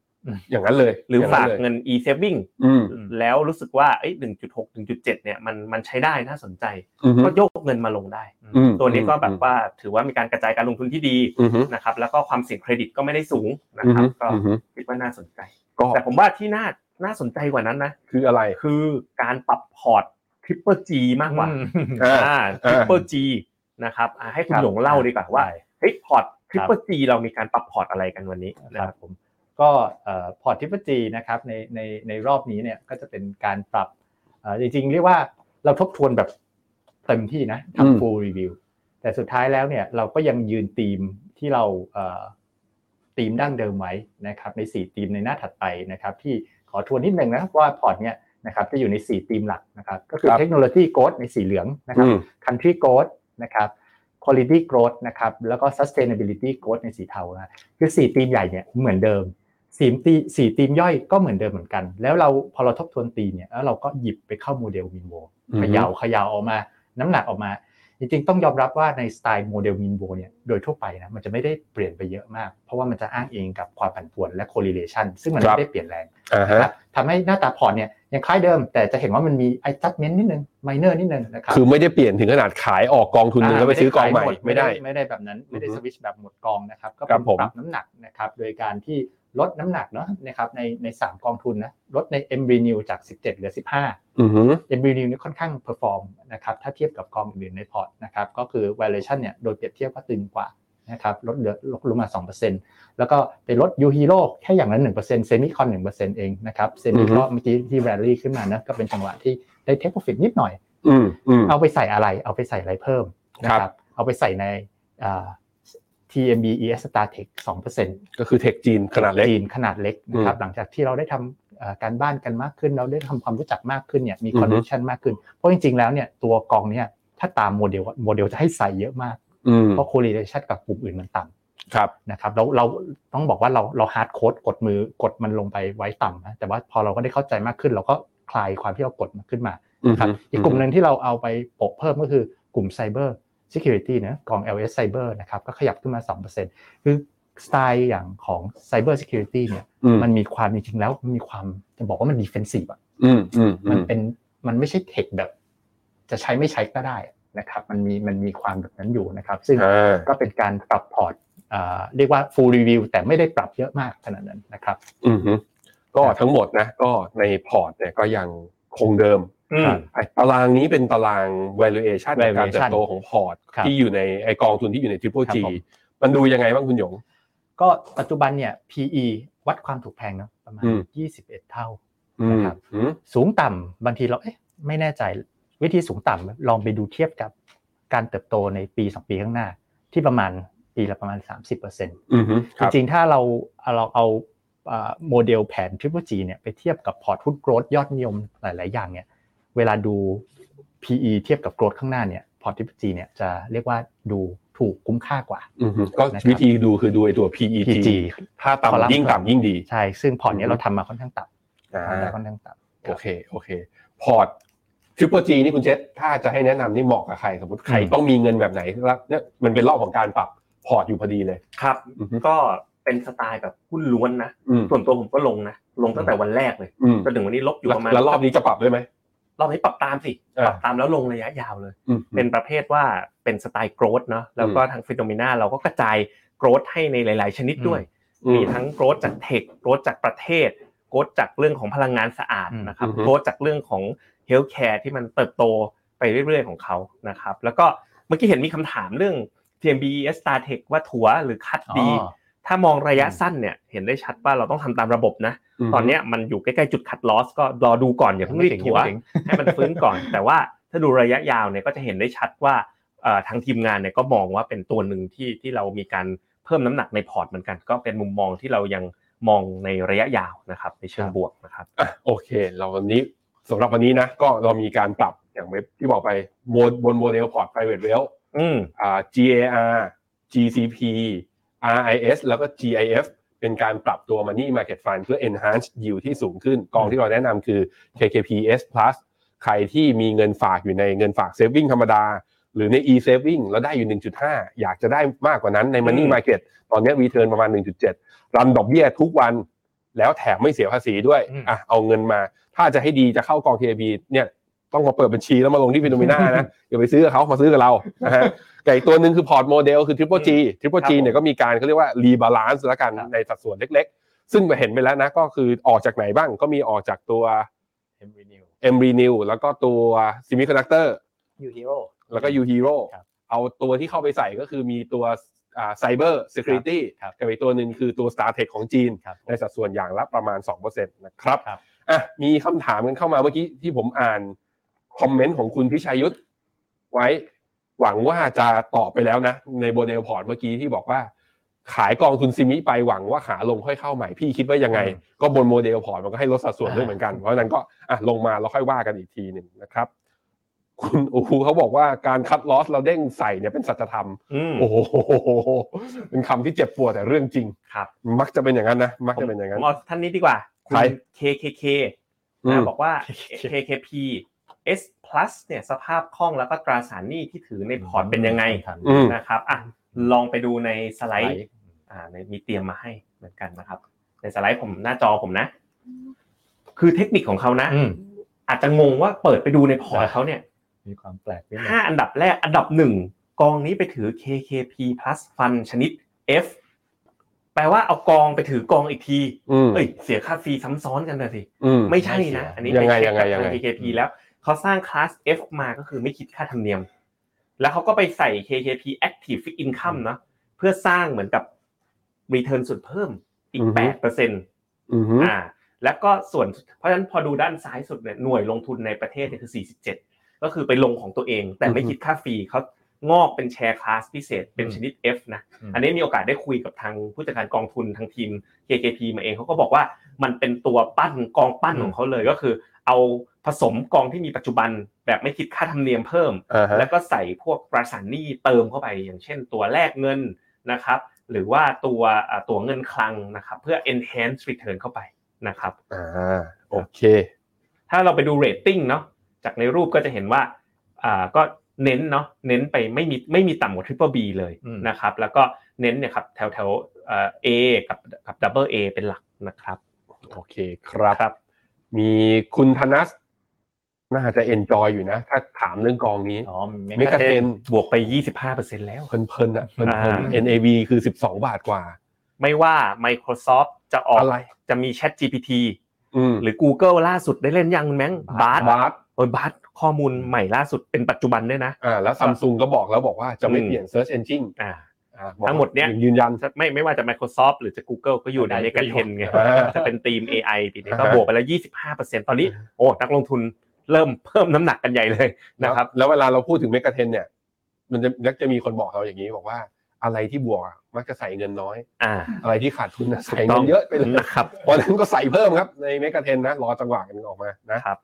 อย่างนั้นเลย หรือย่ฝาก ลย เงิน e-saving อืม แล้วรู้สึกว่าหนึ่งจุดหกหนึ่งจุดเจ็ดเนี่ยมันมันใช้ได้น่าสนใจ อือฮึ ก็โยกเงินมาลงได้ อืม ตัวนี้ก็แบบว่าถือว่ามีการกระจายการลงทุนที่ดี อือฮึ นะครับแล้วก็ความเสี่ยงเครดิตก็ไม่ได้สูงนะ อือ ครั ฮึ บก็ อือฮึ คิดว่าน่าสนใจ ก็ แต่ผมว่าที่น่าน่าสนใจกว่านั้นนะ คืออะไร คือการปรับพอร์ตทริปเปอร์จีมากกว่า อืม อ่าทริปเปอร์จี นะครับอ่ะให้คุ ค ณ รับ หยงเล่าดีกว่าว่าเฮ้ยพอร์ตคริป ครับ เปอร์จีเรามีการปรับพอร์ตอะไรกันวันนี้ ค นะค รั รั บบ ผมก็พอร์ตทิปจีนะครับในในในรอบนี้เนี่ยก็จะเป็นการปรับเอ่อจริงๆ เรียกว่าเราทบทวนแบบเต็มที่นะ อืม ทำ full review แต่สุดท้ายแล้วเนี่ยเราก็ยังยืนธีมที่เราเอ่อธีมดั้งเดิมไว้นะครับใน 4 ธีมในหน้าถัดไปนะครับที่ขอทวนนิดหนึ่งนะว่าพอร์ตเนี่ยนะครับจะอยู่ใน 4 ธีมหลักนะครับก็คือ ครับ เทคโนโลยีโกดในสีเหลืองนะครับ อืม country growth นะครับ quality growth นะครับ แล้วก็ sustainability growth ในสีเทานะ คือสี่ธีมใหญ่เนี่ยเหมือนเดิมสี่ธีมสี่ธีมย่อยก็เหมือนเดิมเหมือนกัน แล้วเราพอเราทบทวนธีมเนี่ยแล้วเราก็หยิบไปเข้าโมเดลมินโว อือฮึ เขยาวขยาวออกมา น้ำหนักออกมา จริงๆ ต้องยอมรับว่าในสไตล์โมเดลมินโวเนี่ยโดยทั่วไปนะมันจะไม่ได้เปลี่ยนไปเยอะมาก เพราะว่ามันจะอ้างเองกับความผันผวนและ correlation ซึ่งมันไม่ได้เปลี่ยนแรง อ่าฮะ นะครับทำให้หน้าตาพอร์ตเนี่ยยังคล้ายเดิม แต่จะเห็นว่ามันมี adjustment นิดนึง minor นิดนึงนะครับ คือไม่ได้เปลี่ยนถึงขนาดขายออกกองทุนหนึ่งแล้วไปซื้อกองใหม่ ด้ขายด ไม่ได้ ไม่ได้แบบนั้นไม่ได้ อือฮึ สวิตชแบบหมดกองนะครับก็ ค เป็ รับ น ผม ปรับน้ำหนักนะครับโดยการที่ลดน้ำหนักเนาะนะครับในในสามกองทุนนะลดใน m b n e w จาก 17เหลือ 15 อือหือ m b n e w นี่ค่อนข้างเพอร์ฟอร์มนะครับถ้าเทียบกับกองอื่นในพอร์ตนะครับก็คือ valuation เนี่ยโดยเปรียบเทียบก็ตึงกว่านะครับลดเหลือลดลงมา 2%แล้วก็ไปลดยูฮีโร่แค่อย่างละ1%เซมิคอน1%เองนะครับเซมิก็เมื่อกี้ที่แรลลี่ขึ้นมานะก็เป็นจังหวะที่ได้เทคโปรฟิตนิดหน่อย อืมอืม เอาไปใส่อะไร เอาไปใส่อะไรเพิ่มนะค ครั รับ บ เอาไปใส่ในอ่า TMB ES StarTech 2% ก็คือเทคจีนขนาดเล็ก จีนขนาดเล็กนะครับ อืม หลังจากที่เราได้ทำอ่าการบ้านกันมากขึ้น เราได้ทำความรู้จักมากขึ้นเนี่ย มี อือฮึ คอนเนคชันมากขึ้น เพราะจริงๆ แล้วเนี่ยตัวกองเนี่ยถ้าตามโมเดลอะโมเดลจะให้ใส่เยอะมาก อืม เพราะ correlation กับกลุ่มอื่นมันต่ำ ครับ นะครับเราเราต้องบอกว่าเราเราฮาร์ดโค้ดกดมือกดมันลงไปไว้ต่ำนะแต่ว่าพอเราก็ได้เข้าใจมากขึ้น เราก็คลายความที่เรากดมันขึ้นมานะครับ อือฮึ อีกกลุ่มหนึ่งที่เราเอาไปโปะเพิ่มก็คือกลุ่มไซเบอร์ Security นะกอง LS Cyber นะครับก็ขยับขึ้นมา 2%คือสไตล์อย่างของ Cyber Security เนี่ย อืม มันมีความจริงๆแล้วมันมีความจะบอกว่ามัน defensive อะ อืมอืมอื มัน ม เป็นมันไม่ใช่เทคแบบ จะใช้ไม่ใช้ก็ได้นะครับ มันมีมันมีความแบบนั้นอยู่นะครับ ซึ่ง อ่า ก็เป็นการปรับพอร์ตอ่าเรียกว่า full review แต่ไม่ได้ปรับเยอะมากขนาดนั้นนะครับ อืมฮึก็ทั้งหมดนะ ก็ในพอร์ตเนี่ยก็ยังคงเดิม อืม ไอ้ตารางนี้เป็นตาราง valuation ในการ valuation เติบโตของพอร์ต ครับ ที่อยู่ในไอกองทุนที่อยู่ใน Triple ครั G บผม มันดูยังไงบ้างคุณหยง ก็ปัจจุบันเนี่ย PE วัดความถูกแพงเนาะประมาณ อืม 21 เท่า อืม ครับ อืม สูงต่ำบางทีเราเอ๊ะไม่แน่ใจวิธีสูงต่ำลองไปดูเทียบกับการเติบโตในปี 2 ปีข้างหน้า ที่ประมาณปีละประมาณ 30%เ อืมฮึค จ รับ ริงๆ ถ้าเราเราเอาอ่าโมเดลแผน Triple G เนี่ยไปเทียบกับพอร์ตหุ้นโกรดยอดนิยมหลาย ๆ อย่างเนี่ย เวลาดู PE เทียบกับโกรดข้างหน้าเนี่ย พอร์ต Triple G เนี่ยจะเรียกว่าดูถูกคุ้มค่ากว่า อืมฮึก็ นะครับ วิธีดูคือดูไอ้ตัว PEG PG ถ้า คอลัมน์ ต่ำยิ่งต่ำยิ่งดี ใช่ ซึ่งพอร์ตเนี้ อื ย ม เราทำมาค่อนข้างต่ อ่า ำทำมาค่อนข้างต่ำ โอเคโอเค พอร์ต Triple G นี่คุณเจษถ้าจะให้แนะนำนี่เหมาะกับใคร สมมติใคร อืม ต้องมีเงินแบบไหนแล้วเนี่ยมันเป็นรอบของการปรับพอร์ตอยู่พอดีเลย ครับ อือฮึ ก็เป็นสไตล์แบบหุ้นล้วนนะ อืม ส่วนตัวผมก็ลงนะ ลงตั้งแต่วันแรกเลย อืม จนถึงวันนี้ลบอยู่ประมาณ แล้วรอบนี้จะปรับด้วยไหม รอบนี้ปรับตามสิ เอปอรับตามแล้วลงระยะยาวเลย อืม เป็นประเภทว่าเป็นสไตล์โกรดเนาะแล้วก็ทางฟิโนเมนาเราก็กระจายโกรดให้ในหลาย ๆ ชนิดด้วย อืม มีทั้งโกรดจากเทคโกรดจากประเทศโกรดจากเรื่องของพลังงานสะอาด อืม นะครับ อือฮึ โกรดจากเรื่องของเฮลท์แคร์ที่มันเติบโตไปเรื่อย ๆ ของเขานะครับ แล้วก็เมื่อกี้เห็นมีคำถามเรื่อง TMB s t a r t e c h ว่าถัวหรือคัด อ๋อ ดี ถ้ามองระยะสั้นเนี่ยเห็นได้ชัดว่าเราต้องทำตามระบบนะ ม ตอนเนี้ยมันอยู่ใกล้ ๆ จุดคัดลอสก็รอดูก่อนอย่าเพิ่งรีบถัว ให้มันฟื้นก่อน <laughs> แต่ว่าถ้าดูระยะยาวเนี่ยก็จะเห็นได้ชัดว่าเอ่อทางทีมงานเนี่ยก็มองว่าเป็นตัวหนึ่งที่ที่เรามีการเพิ่มน้ำหนักในพอร์ตเหมือนกัน ก็เป็นมุมมองที่เรายังมองในระยะยาวนะครับ ในเชิงบวกนะครับ อ่ะโอเค เราวันนี้สำหรับวันนี้นะ ก็เรามีการปรับอย่างเว็บที่บอกไปบนบนโมเดลพอร์ต private wealth อืม อ่า GAR GCP RIS แล้วก็ GIF เป็นการปรับตัว Money Market Fund เพื่อ enhance yield ที่สูงขึ้น กองที่เราแนะนำคือ KKPS Plus ใครที่มีเงินฝากอยู่ในเงินฝาก saving ธรรมดา หรือใน e saving แล้วได้อยู่ 1.5 อยากจะได้มากกว่านั้นใน Money อืม Market ตอนนี้ return ประมาณ 1.7 รันดอกเบี้ยทุกวัน แล้วแถมไม่เสียภาษีด้วย อืม อ่ะเอาเงินมา ถ้าจะให้ดีจะเข้ากอง KKP เนี่ยต้องมาเปิดบัญชีแล้วมาลงที่ฟิโนเมนานะ อย่าไปซื้อกับเขามาซื้อกับเรานะฮะ แต่อีกตัวหนึ่งคือพอร์ตโมเดลคือ Triple G ครั Triple บ G ผม เนี่ยก็มีการเขาเรียกว่ารีบาลานซ์ละกัน ครับ ในสัดส่วนเล็กๆ ซึ่งเห็นไปแล้วนะก็คือออกจากไหนบ้างก็มีออกจากตัว MV New M Renew แล้วก็ตัว Semiconductor You Hero แล้วก็ U Hero ครับ เอาตัวที่เข้าไปใส่ก็คือมีตัวไซเบอร์ซิเค r ริตี้ ครับ กับอีกตัวหนึ่งคือตัว s t a r t e c h ของจีน ครับ ในสัดส่วนอย่างละประมาณ 2%นะครับ ครับ อ่ะมีคำถามกันเข้ามาเมื่อกี้ที่ผมอ่านคอมเมนต์ของคุณพิชัยยุทธไว้หวังว่าจะตอบไปแล้วนะ ในโบเดลพอร์ตเมื่อกี้ที่บอกว่า ขายกองทุนซิมิไปหวังว่าขาลงค่อยเข้าใหม่พี่คิดว่ายังไง ก็บนโมเดลพอร์ตมันก็ให้ลดสัดส่วนด้วยเหมือนกัน เพราะฉะนั้นก็อ่ะลงมาแล้วค่อยว่ากันอีกทีหนึ่งนะครับ คุณอูเขาบอกว่าการคัดลอสเราเด้งใส่เนี่ยเป็นสัจธรรม อืม โอ้โหเป็นคำที่เจ็บปวดแต่เรื่องจริง ครับ มักจะเป็นอย่างนั้นนะ มัก ผม จะเป็นอย่าง ผ นั้น มเอาท่านนี้ดีกว่าคุณ ใคร KKK อืม นะบอกว่า KKP S plus เนี่ยสภาพคล่องแล้วก็ตราสารหนี้ที่ถือในพอร์ตเป็นยังไง อืม นะครับอ่ะลองไปดูในสไล ไป ด์อ่าในมีเตรียมมาให้เหมือนกันนะครับ ในสไลด์ผมหน้าจอผมนะ คือเทคนิคของเขานะ อืม อาจจะงงว่าเปิดไปดูในพอร์ตเขาเนี่ย มีความแปลกนิดหนึง ห้าอันดับแรกอันดับหนึ่งกองนี้ไปถือ KKP plus fund ชนิด F แปลว่าเอากองไปถือกองอีกที อืม เอ้ยเสียค่าฟรีซ้ำซ้อนกันนะสิ อืม ไม่ใช่นะ อันนี้ ยังไง ปเช็คกับ ยังไงยั ทางงไง KKP แล้วเขาสร้างคลาส F มาก็คือไม่คิดค่าธรรมเนียม แล้วเขาก็ไปใส่ KKP Active Fixed Income เนอะเพื่อสร้างเหมือนกับ Return ส่วนเพิ่มอีก อือฮึ 8%เปอร์เซ็นต์ อืมฮึ อ่า แล้วก็ส่วนเพราะฉะนั้นพอดูด้านซ้ายสุดเนี่ยหน่วยลงทุนในประเทศเนี่ยคือ 47 ก็คือไปลงของตัวเอง แต่ไม่คิดค่าฟรีเขางอกเป็นแชร์คลาสพิเศษเป็นชนิด F นะ อันนี้มีโอกาสได้คุยกับทางผู้จัดการกองทุนทางทีม KKP มาเองเขาก็บอกว่ามันเป็นตัวปั้นกองปั้นของเขาเลยก็คือ เอาผสมกองที่มีปัจจุบันแบบไม่คิดค่าธรรมเนียมเพิ่ม อ่าฮะ แล้วก็ใส่พวกตราสารหนี้เติมเข้าไปอย่างเช่นตัวแลกเงินนะครับ หรือว่าตัวอ่าตัวเงินคลังนะครับ เพื่อ enhance return เข้าไปนะครับ อ่า โอเค ถ้าเราไปดูเรตติ้งเนาะจากในรูปก็จะเห็นว่าอ่าก็เน้นเนาะเน้นไปไม่มีไม่มีต่ำกว่า Triple B เลยนะครับแล้วก็เน้นเนี่ยครับแถวแถวเอ่อ A กับกับ Double A เป็นหลักนะครับ โอเคครับ ครับ มีคุณธนัส น่าจะเอนจอยอยู่นะ ถ้าถามเรื่องกองนี้ อ๋อ เมกาเทน บวกไป 25%แล้ว เพลินๆอะเพลิน อ่า ๆ NAV คือ 12 บาทกว่า ไม่ว่า Microsoft จะออก อะไร จะมี Chat GPT อืม หรือ Google ล่าสุดได้เล่นยังแม้งบาร์ บาท โอ้ยบาร์ข้อมูลใหม่ล่าสุดเป็นปัจจุบันด้วยนะ อ่า แล้วซัมซุงก็บอกแล้วบอกว่าจะไม่ อืม เปลี่ยน Search Engine อ่า อ่าบอก ทั้งหมดเนี่ย ยืนยัน ไม่ไม่ว่าจะ Microsoft หรือจะ Google ก็อยู่ในเมกาเทนไง <laughs> อ่า จะเป็นทีม AI ปีนี้ก็ อ่าฮะ บวกไปแล้ว 25%ตอนนี้ โอ้ นักลงทุนเริ่มเพิ่มน้ำหนักกันใหญ่เลยนะครับ แล้วแล้วเวลาเราพูดถึงเมกะเทนเนี่ย มันจะมักจะมีคนบอกเราอย่างนี้บอกว่าอะไรที่บวกอะมักจะใส่เงินน้อย อ่า อะไรที่ขาดทุนอะใส่ ต้ เงิ อน ง เยอะไปเลย นะครับ เพราะฉะนั้นก็ใส่เพิ่มครับ ในเมกะเทนนะรอจังหวะกันออกมานะครับ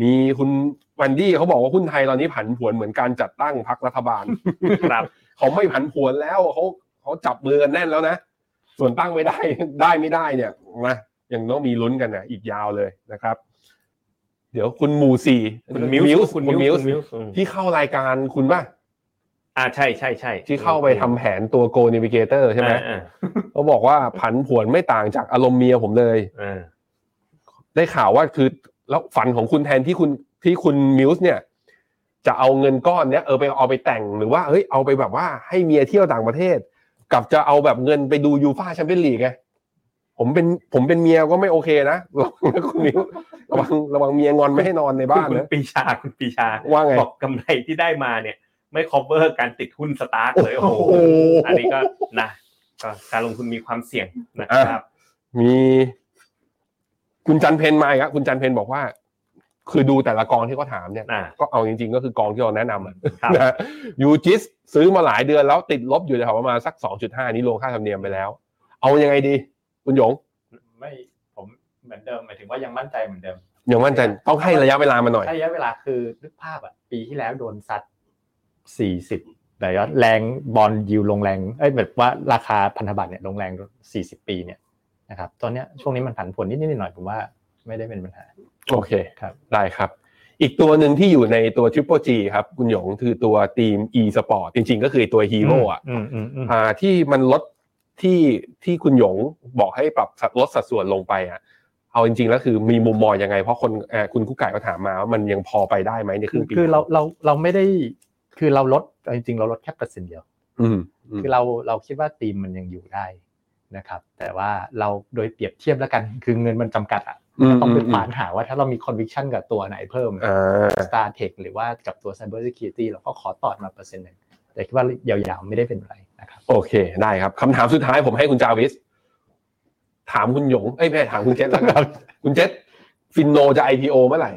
มีคุณวันดี้เขาบอกว่าหุ้นไทยตอนนี้ผันผวนเหมือนการจัดตั้งพรรครัฐบาล <laughs> ครับ เขาไม่ผันผวนแล้วเขาเขาจับมือกันแน่นแล้วนะ ส่วนตั้งไม่ได้ <laughs> ได้ไม่ได้เนี่ยนะยังต้องมีลุ้นกันนะอีกยาวเลยนะครับ เดี๋ยวคุณหมูสี่ คุณมิวส์ คุณมิวส์ อืม ที่เข้ารายการคุณป่ะ อ่า ใช่ใช่ใช่ ที่เข้าไปทำแผนตัวโกนิวิเกเตอร์ใช่ไหม อ่า เขาบอกว่าผันผวนไม่ต่างจากอารมณ์เมียผมเลย อ่า ได้ข่าวว่าคือแล้วฝันของคุณแทนที่คุณที่คุณมิวส์เนี่ย จะเอาเงินก้อนเนี้ยเออไปเอาไปแต่งหรือว่าเฮ้ยเอาไปแบบว่าให้เมียเที่ยวต่างประเทศ กับจะเอาแบบเงินไปดูยูฟาแชมเปี้ยนลีกไงผมเป็นผมเป็นเมียก็ไม่โอเคนะ <laughs> ระวังนะคุณมิวส์ระวังระวังเมียงอนไม่ให้นอนในบ้าน คุณ นะ ปีชาคุณปีชา ว่าไง บอกกำไรที่ได้มาเนี่ย ไม่ cover การติดหุ้นสตาร์กเลย โอ้โห โอ้โห อันนี้ก็นะก็การลงทุนมีความเสี่ยงนะ อ่ะ ครับ มีคุณจันเพนมาอีกครับคุณจันเพนบอกว่า คือดูแต่ละกองที่เขาถามเนี่ย อ่า ก็เอาจริง ๆ ก็คือกองที่เราแนะนำอะ ครับ นะฮะยูจิสซื้อมาหลายเดือนแล้วติดลบอยู่แถวประมาณสัก 2.5 นี้ลงค่าธรรมเนียมไปแล้ว เอายังไงดี คุณหยง ไม่ผมเหมือนเดิมหมายถึงว่ายังมั่นใจเหมือนเดิม ยังมั่นใจต้องให้ระยะเวลามาหน่อย ระยะเวลาคือนึกภาพอ่ะ ปีที่แล้วโดนซัด 40แต่ว่าแรงบอลยิวลงแรงเอ้ยแบบว่าราคาพันธบัตรเนี่ยลงแรง 40 ปีเนี่ยนะครับตอนเนี้ยช่วงนี้มันผันผวนนิดนิดๆหน่อยๆผมว่าไม่ได้เป็นปัญหา โอเค ครับ ได้ครับ อีกตัวหนึ่งที่อยู่ในตัว Triple G ครับ คุณหยงคือตัวทีม e Sport จริง ๆ ก็คือตัว Hero อ่ะ อืมอืมอืม อ่าที่มันลดที่ที่คุณหยงบอกให้ปรับสัดลดสัดส่วนลงไปอ่ะเอาจริงๆแล้วคือมีมุมมองยังไง เพราะคนเอ่อคุณกุ๊กไก่ก็ถามมาว่ามันยังพอไปได้ไหมในครึ่งปี คือเราเราเราไม่ได้คือเราลดจริงๆ เราลดแค่เปอร์เซ็นต์เดียว อืมอืม คือเราเราคิดว่าทีมมันยังอยู่ได้นะครับ แต่ว่าเราโดยเปรียบเทียบแล้วกัน คือเงินมันจำกัดอ่ะ ม ต้องไป ม ควานหาว่าถ้าเรามี conviction กับตัวไหนเพิ่ม อ่า Star Tech หรือว่ากับตัว Cyber Security เราก็ขอต่อมาเปอร์เซ็นต์หนึ่ง แต่คิดว่ายาวๆไม่ได้เป็นไรนะครับ โอเคได้ครับคำถามสุดท้ายผมให้คุณจาวิส ถามคุณหยงเอ้ยไม่ถามคุณเจ <laughs> ษแล้วกันคุณเจษฟินโนจะ IPO เมื่อไหร่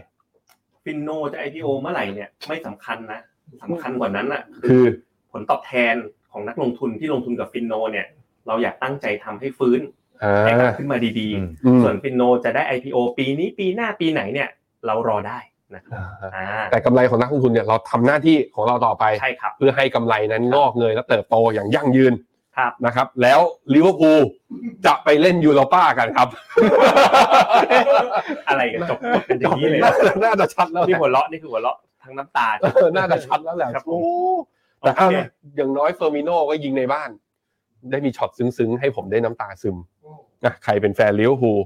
ฟินโนจะ IPO เมื่อไหร่เนี่ยไม่สำคัญนะสำคัญกว่านั้นอ่ะ คือ ผลตอบแทนของนักลงทุนที่ลงทุนกับฟินโนเนี่ย เราอยากตั้งใจทำให้ฟื้น อ่ ให้กลับ า ขึ้นมาดี อืม อืม ๆ ส่วนฟินโนจะได้ IPO ปีนี้ปีหน้าปีไหนเนี่ย เรารอได้นะครับ อ่า อ่า แต่กำไรของนักลงทุนเนี่ยเราทำหน้าที่ของเราต่อไป ใช่ครับ เพื่อให้กำไรนั้นงอกเงยและเติบโตอย่างยั่งยืน ครับ นะครับ แล้วลิเวอร์พูลจะไปเล่นยูโรป้ากันครับ อะไรกันจบเป็นอย่างนี้เลย น่าน่าจะชัดแล้วแห นี่ ละ หัวเราะนี่คือหัวเราะทั้งน้ำตา เออน่าจะชัดแล้วแหละ ครับผม โอ้แต่เอานะอย่างน้อยเฟอร์มิโนก็ยิงในบ้าน ได้มีช็อตซึ้งๆ ให้ผมได้น้ำตาซึมนะใครเป็นแฟนลิเวอร์พูล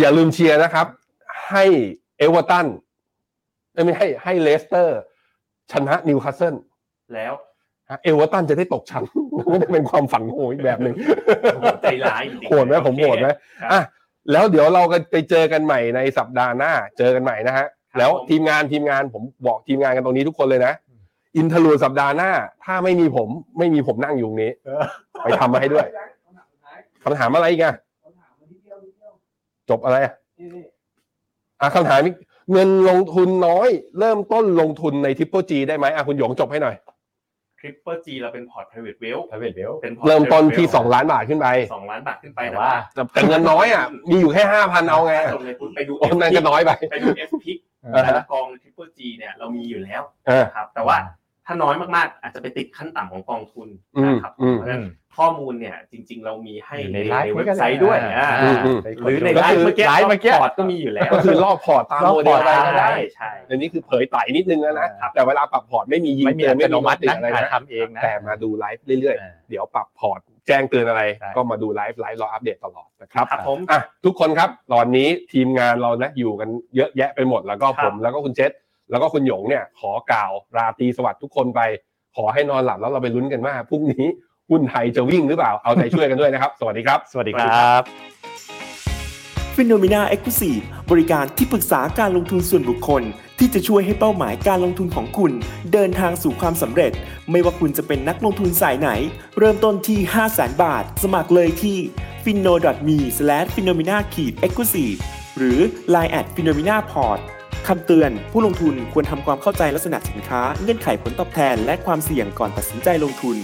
อย่าลืมเชียร์นะครับ ให้เอเวอร์ตันเอ้ยไม่ให้ให้เลสเตอร์ ชนะนิวคาสเซิล แล้ว ฮะเอเวอร์ตันจะได้ตกชั้น <laughs> มันก็จะเป็นความฝันของผมอีกแบบหนึ่ง ใจร้ายจริงๆ โหดไหมผมโหดไหม อเคครับ อ่ะแล้วเดี๋ยวเราก็ไปเจอกันใหม่ในสัปดาห์หน้า เจอกันใหม่นะฮะ ครับ แล้ว ผม ทีมงานทีมงานผมบอกทีมงานกันตรงนี้ทุกคนเลยนะ อินทลูสัปดาห์หน้า ถ้าไม่มีผมไม่มีผมนั่งอยู่ตรงนี้ ไปทำมาให้ด้วยคำถามอะไรอีกอะจบอะไรอะอ่ะคำถามอีกเงินลงทุนน้อย เริ่มต้นลงทุนในทิปโปจีได้ไหมอ่ะคุณหยงจบให้หน่อย ทริปเปอร์จีเราเป็นพอร์ต private wealth private wealth เป็น port เริ่มต้นที่ private wealth 2 ล้านบาทขึ้นไป สองล้านบาทขึ้นไป แต่ แต่ ว่า ว่า แต่แต่เงินน้อยอ่ะ มีอยู่แค่ห้าพันเอาไง ลงในทุนไปดู โอ้นั่นก็น้อยไป ไปดู F p i c อ่าฮะ แต่ละกอง Triple G เนี่ยเรามีอยู่แล้ว เออ นะครับ แต่ว่าถ้าน้อยมากๆ อาจจะไปติดขั้นต่ำของกองทุนนะครับ อืมเพราะฉะอืมนั้นข้อมูลเนี่ยจริง ๆ เรามีให้ อยู่ใน ใน ไลฟ์ เว็บไซต์ด้วย อ่า อ่า อืมอืม หรือใน ก็ ไล คื ฟ์เมื่อกี้ ไลฟ์เมื่อกี้ พอร์ตก็มีอยู่แล้ว ก็คือลอกพอร์ตตามโมเดลอะไรก็ได้ ใช่ใช่ อันนี้คือเผยไต่นิดนึงแล้วนะ ครับ แต่เวลาปรับพอร์ตไม่มียิง ไม่มี เตือ อั น ต ไม่ โน มี มั มั ติ ติ นะ อะไร ถ่าย นะ ทำเองนะ แต่มาดูไลฟ์เรื่อยๆ เดี๋ยวปรับพอร์ตแจ้งเตือนอะไร ใช่ ก็มาดูไลฟ์ไลฟ์รออัปเดตตลอดนะครับ ครับผม อ่ะทุกคนครับ ตอนนี้ทีมงานเรานะอยู่กันเยอะแยะไปหมดแล้วก็ ครั ผ บ มแล้วก็คุณเจษแล้วก็คุณหยงเนี่ย ขอกล่าวราตรีสวัสดิ์ทุกคนไป ขอให้นอนหลับแล้วเราไปลุ้นกันว่าพรุ่งนี้หุ้นไทยจะวิ่งหรือเปล่าเอาใจช่วยกันด้วยนะครับ สวัสดีครับ สวัสดีครับ p h e n o m e n a e x c l u s i v e บริการที่ปรึกษาการลงทุนส่วนบุคคล ที่จะช่วยให้เป้าหมายการลงทุนของคุณ เดินทางสู่ความสำเร็จ ไม่ว่าคุณจะเป็นนักลงทุนสายไหน เริ่มต้นที่ 5 0 0 0 0 0 บาท สมัครเลยที่ f i n o m e p h e n o m e n a e x c l u s i v e หรือ line at p h e n o m e n a p o r t คำเตือน ผู้ลงทุนควรทำความเข้าใจลักษณะสินค้า เงื่อนไขผลตอบแทน และความเสี่ยงก่อนตัดสินใจลงทุน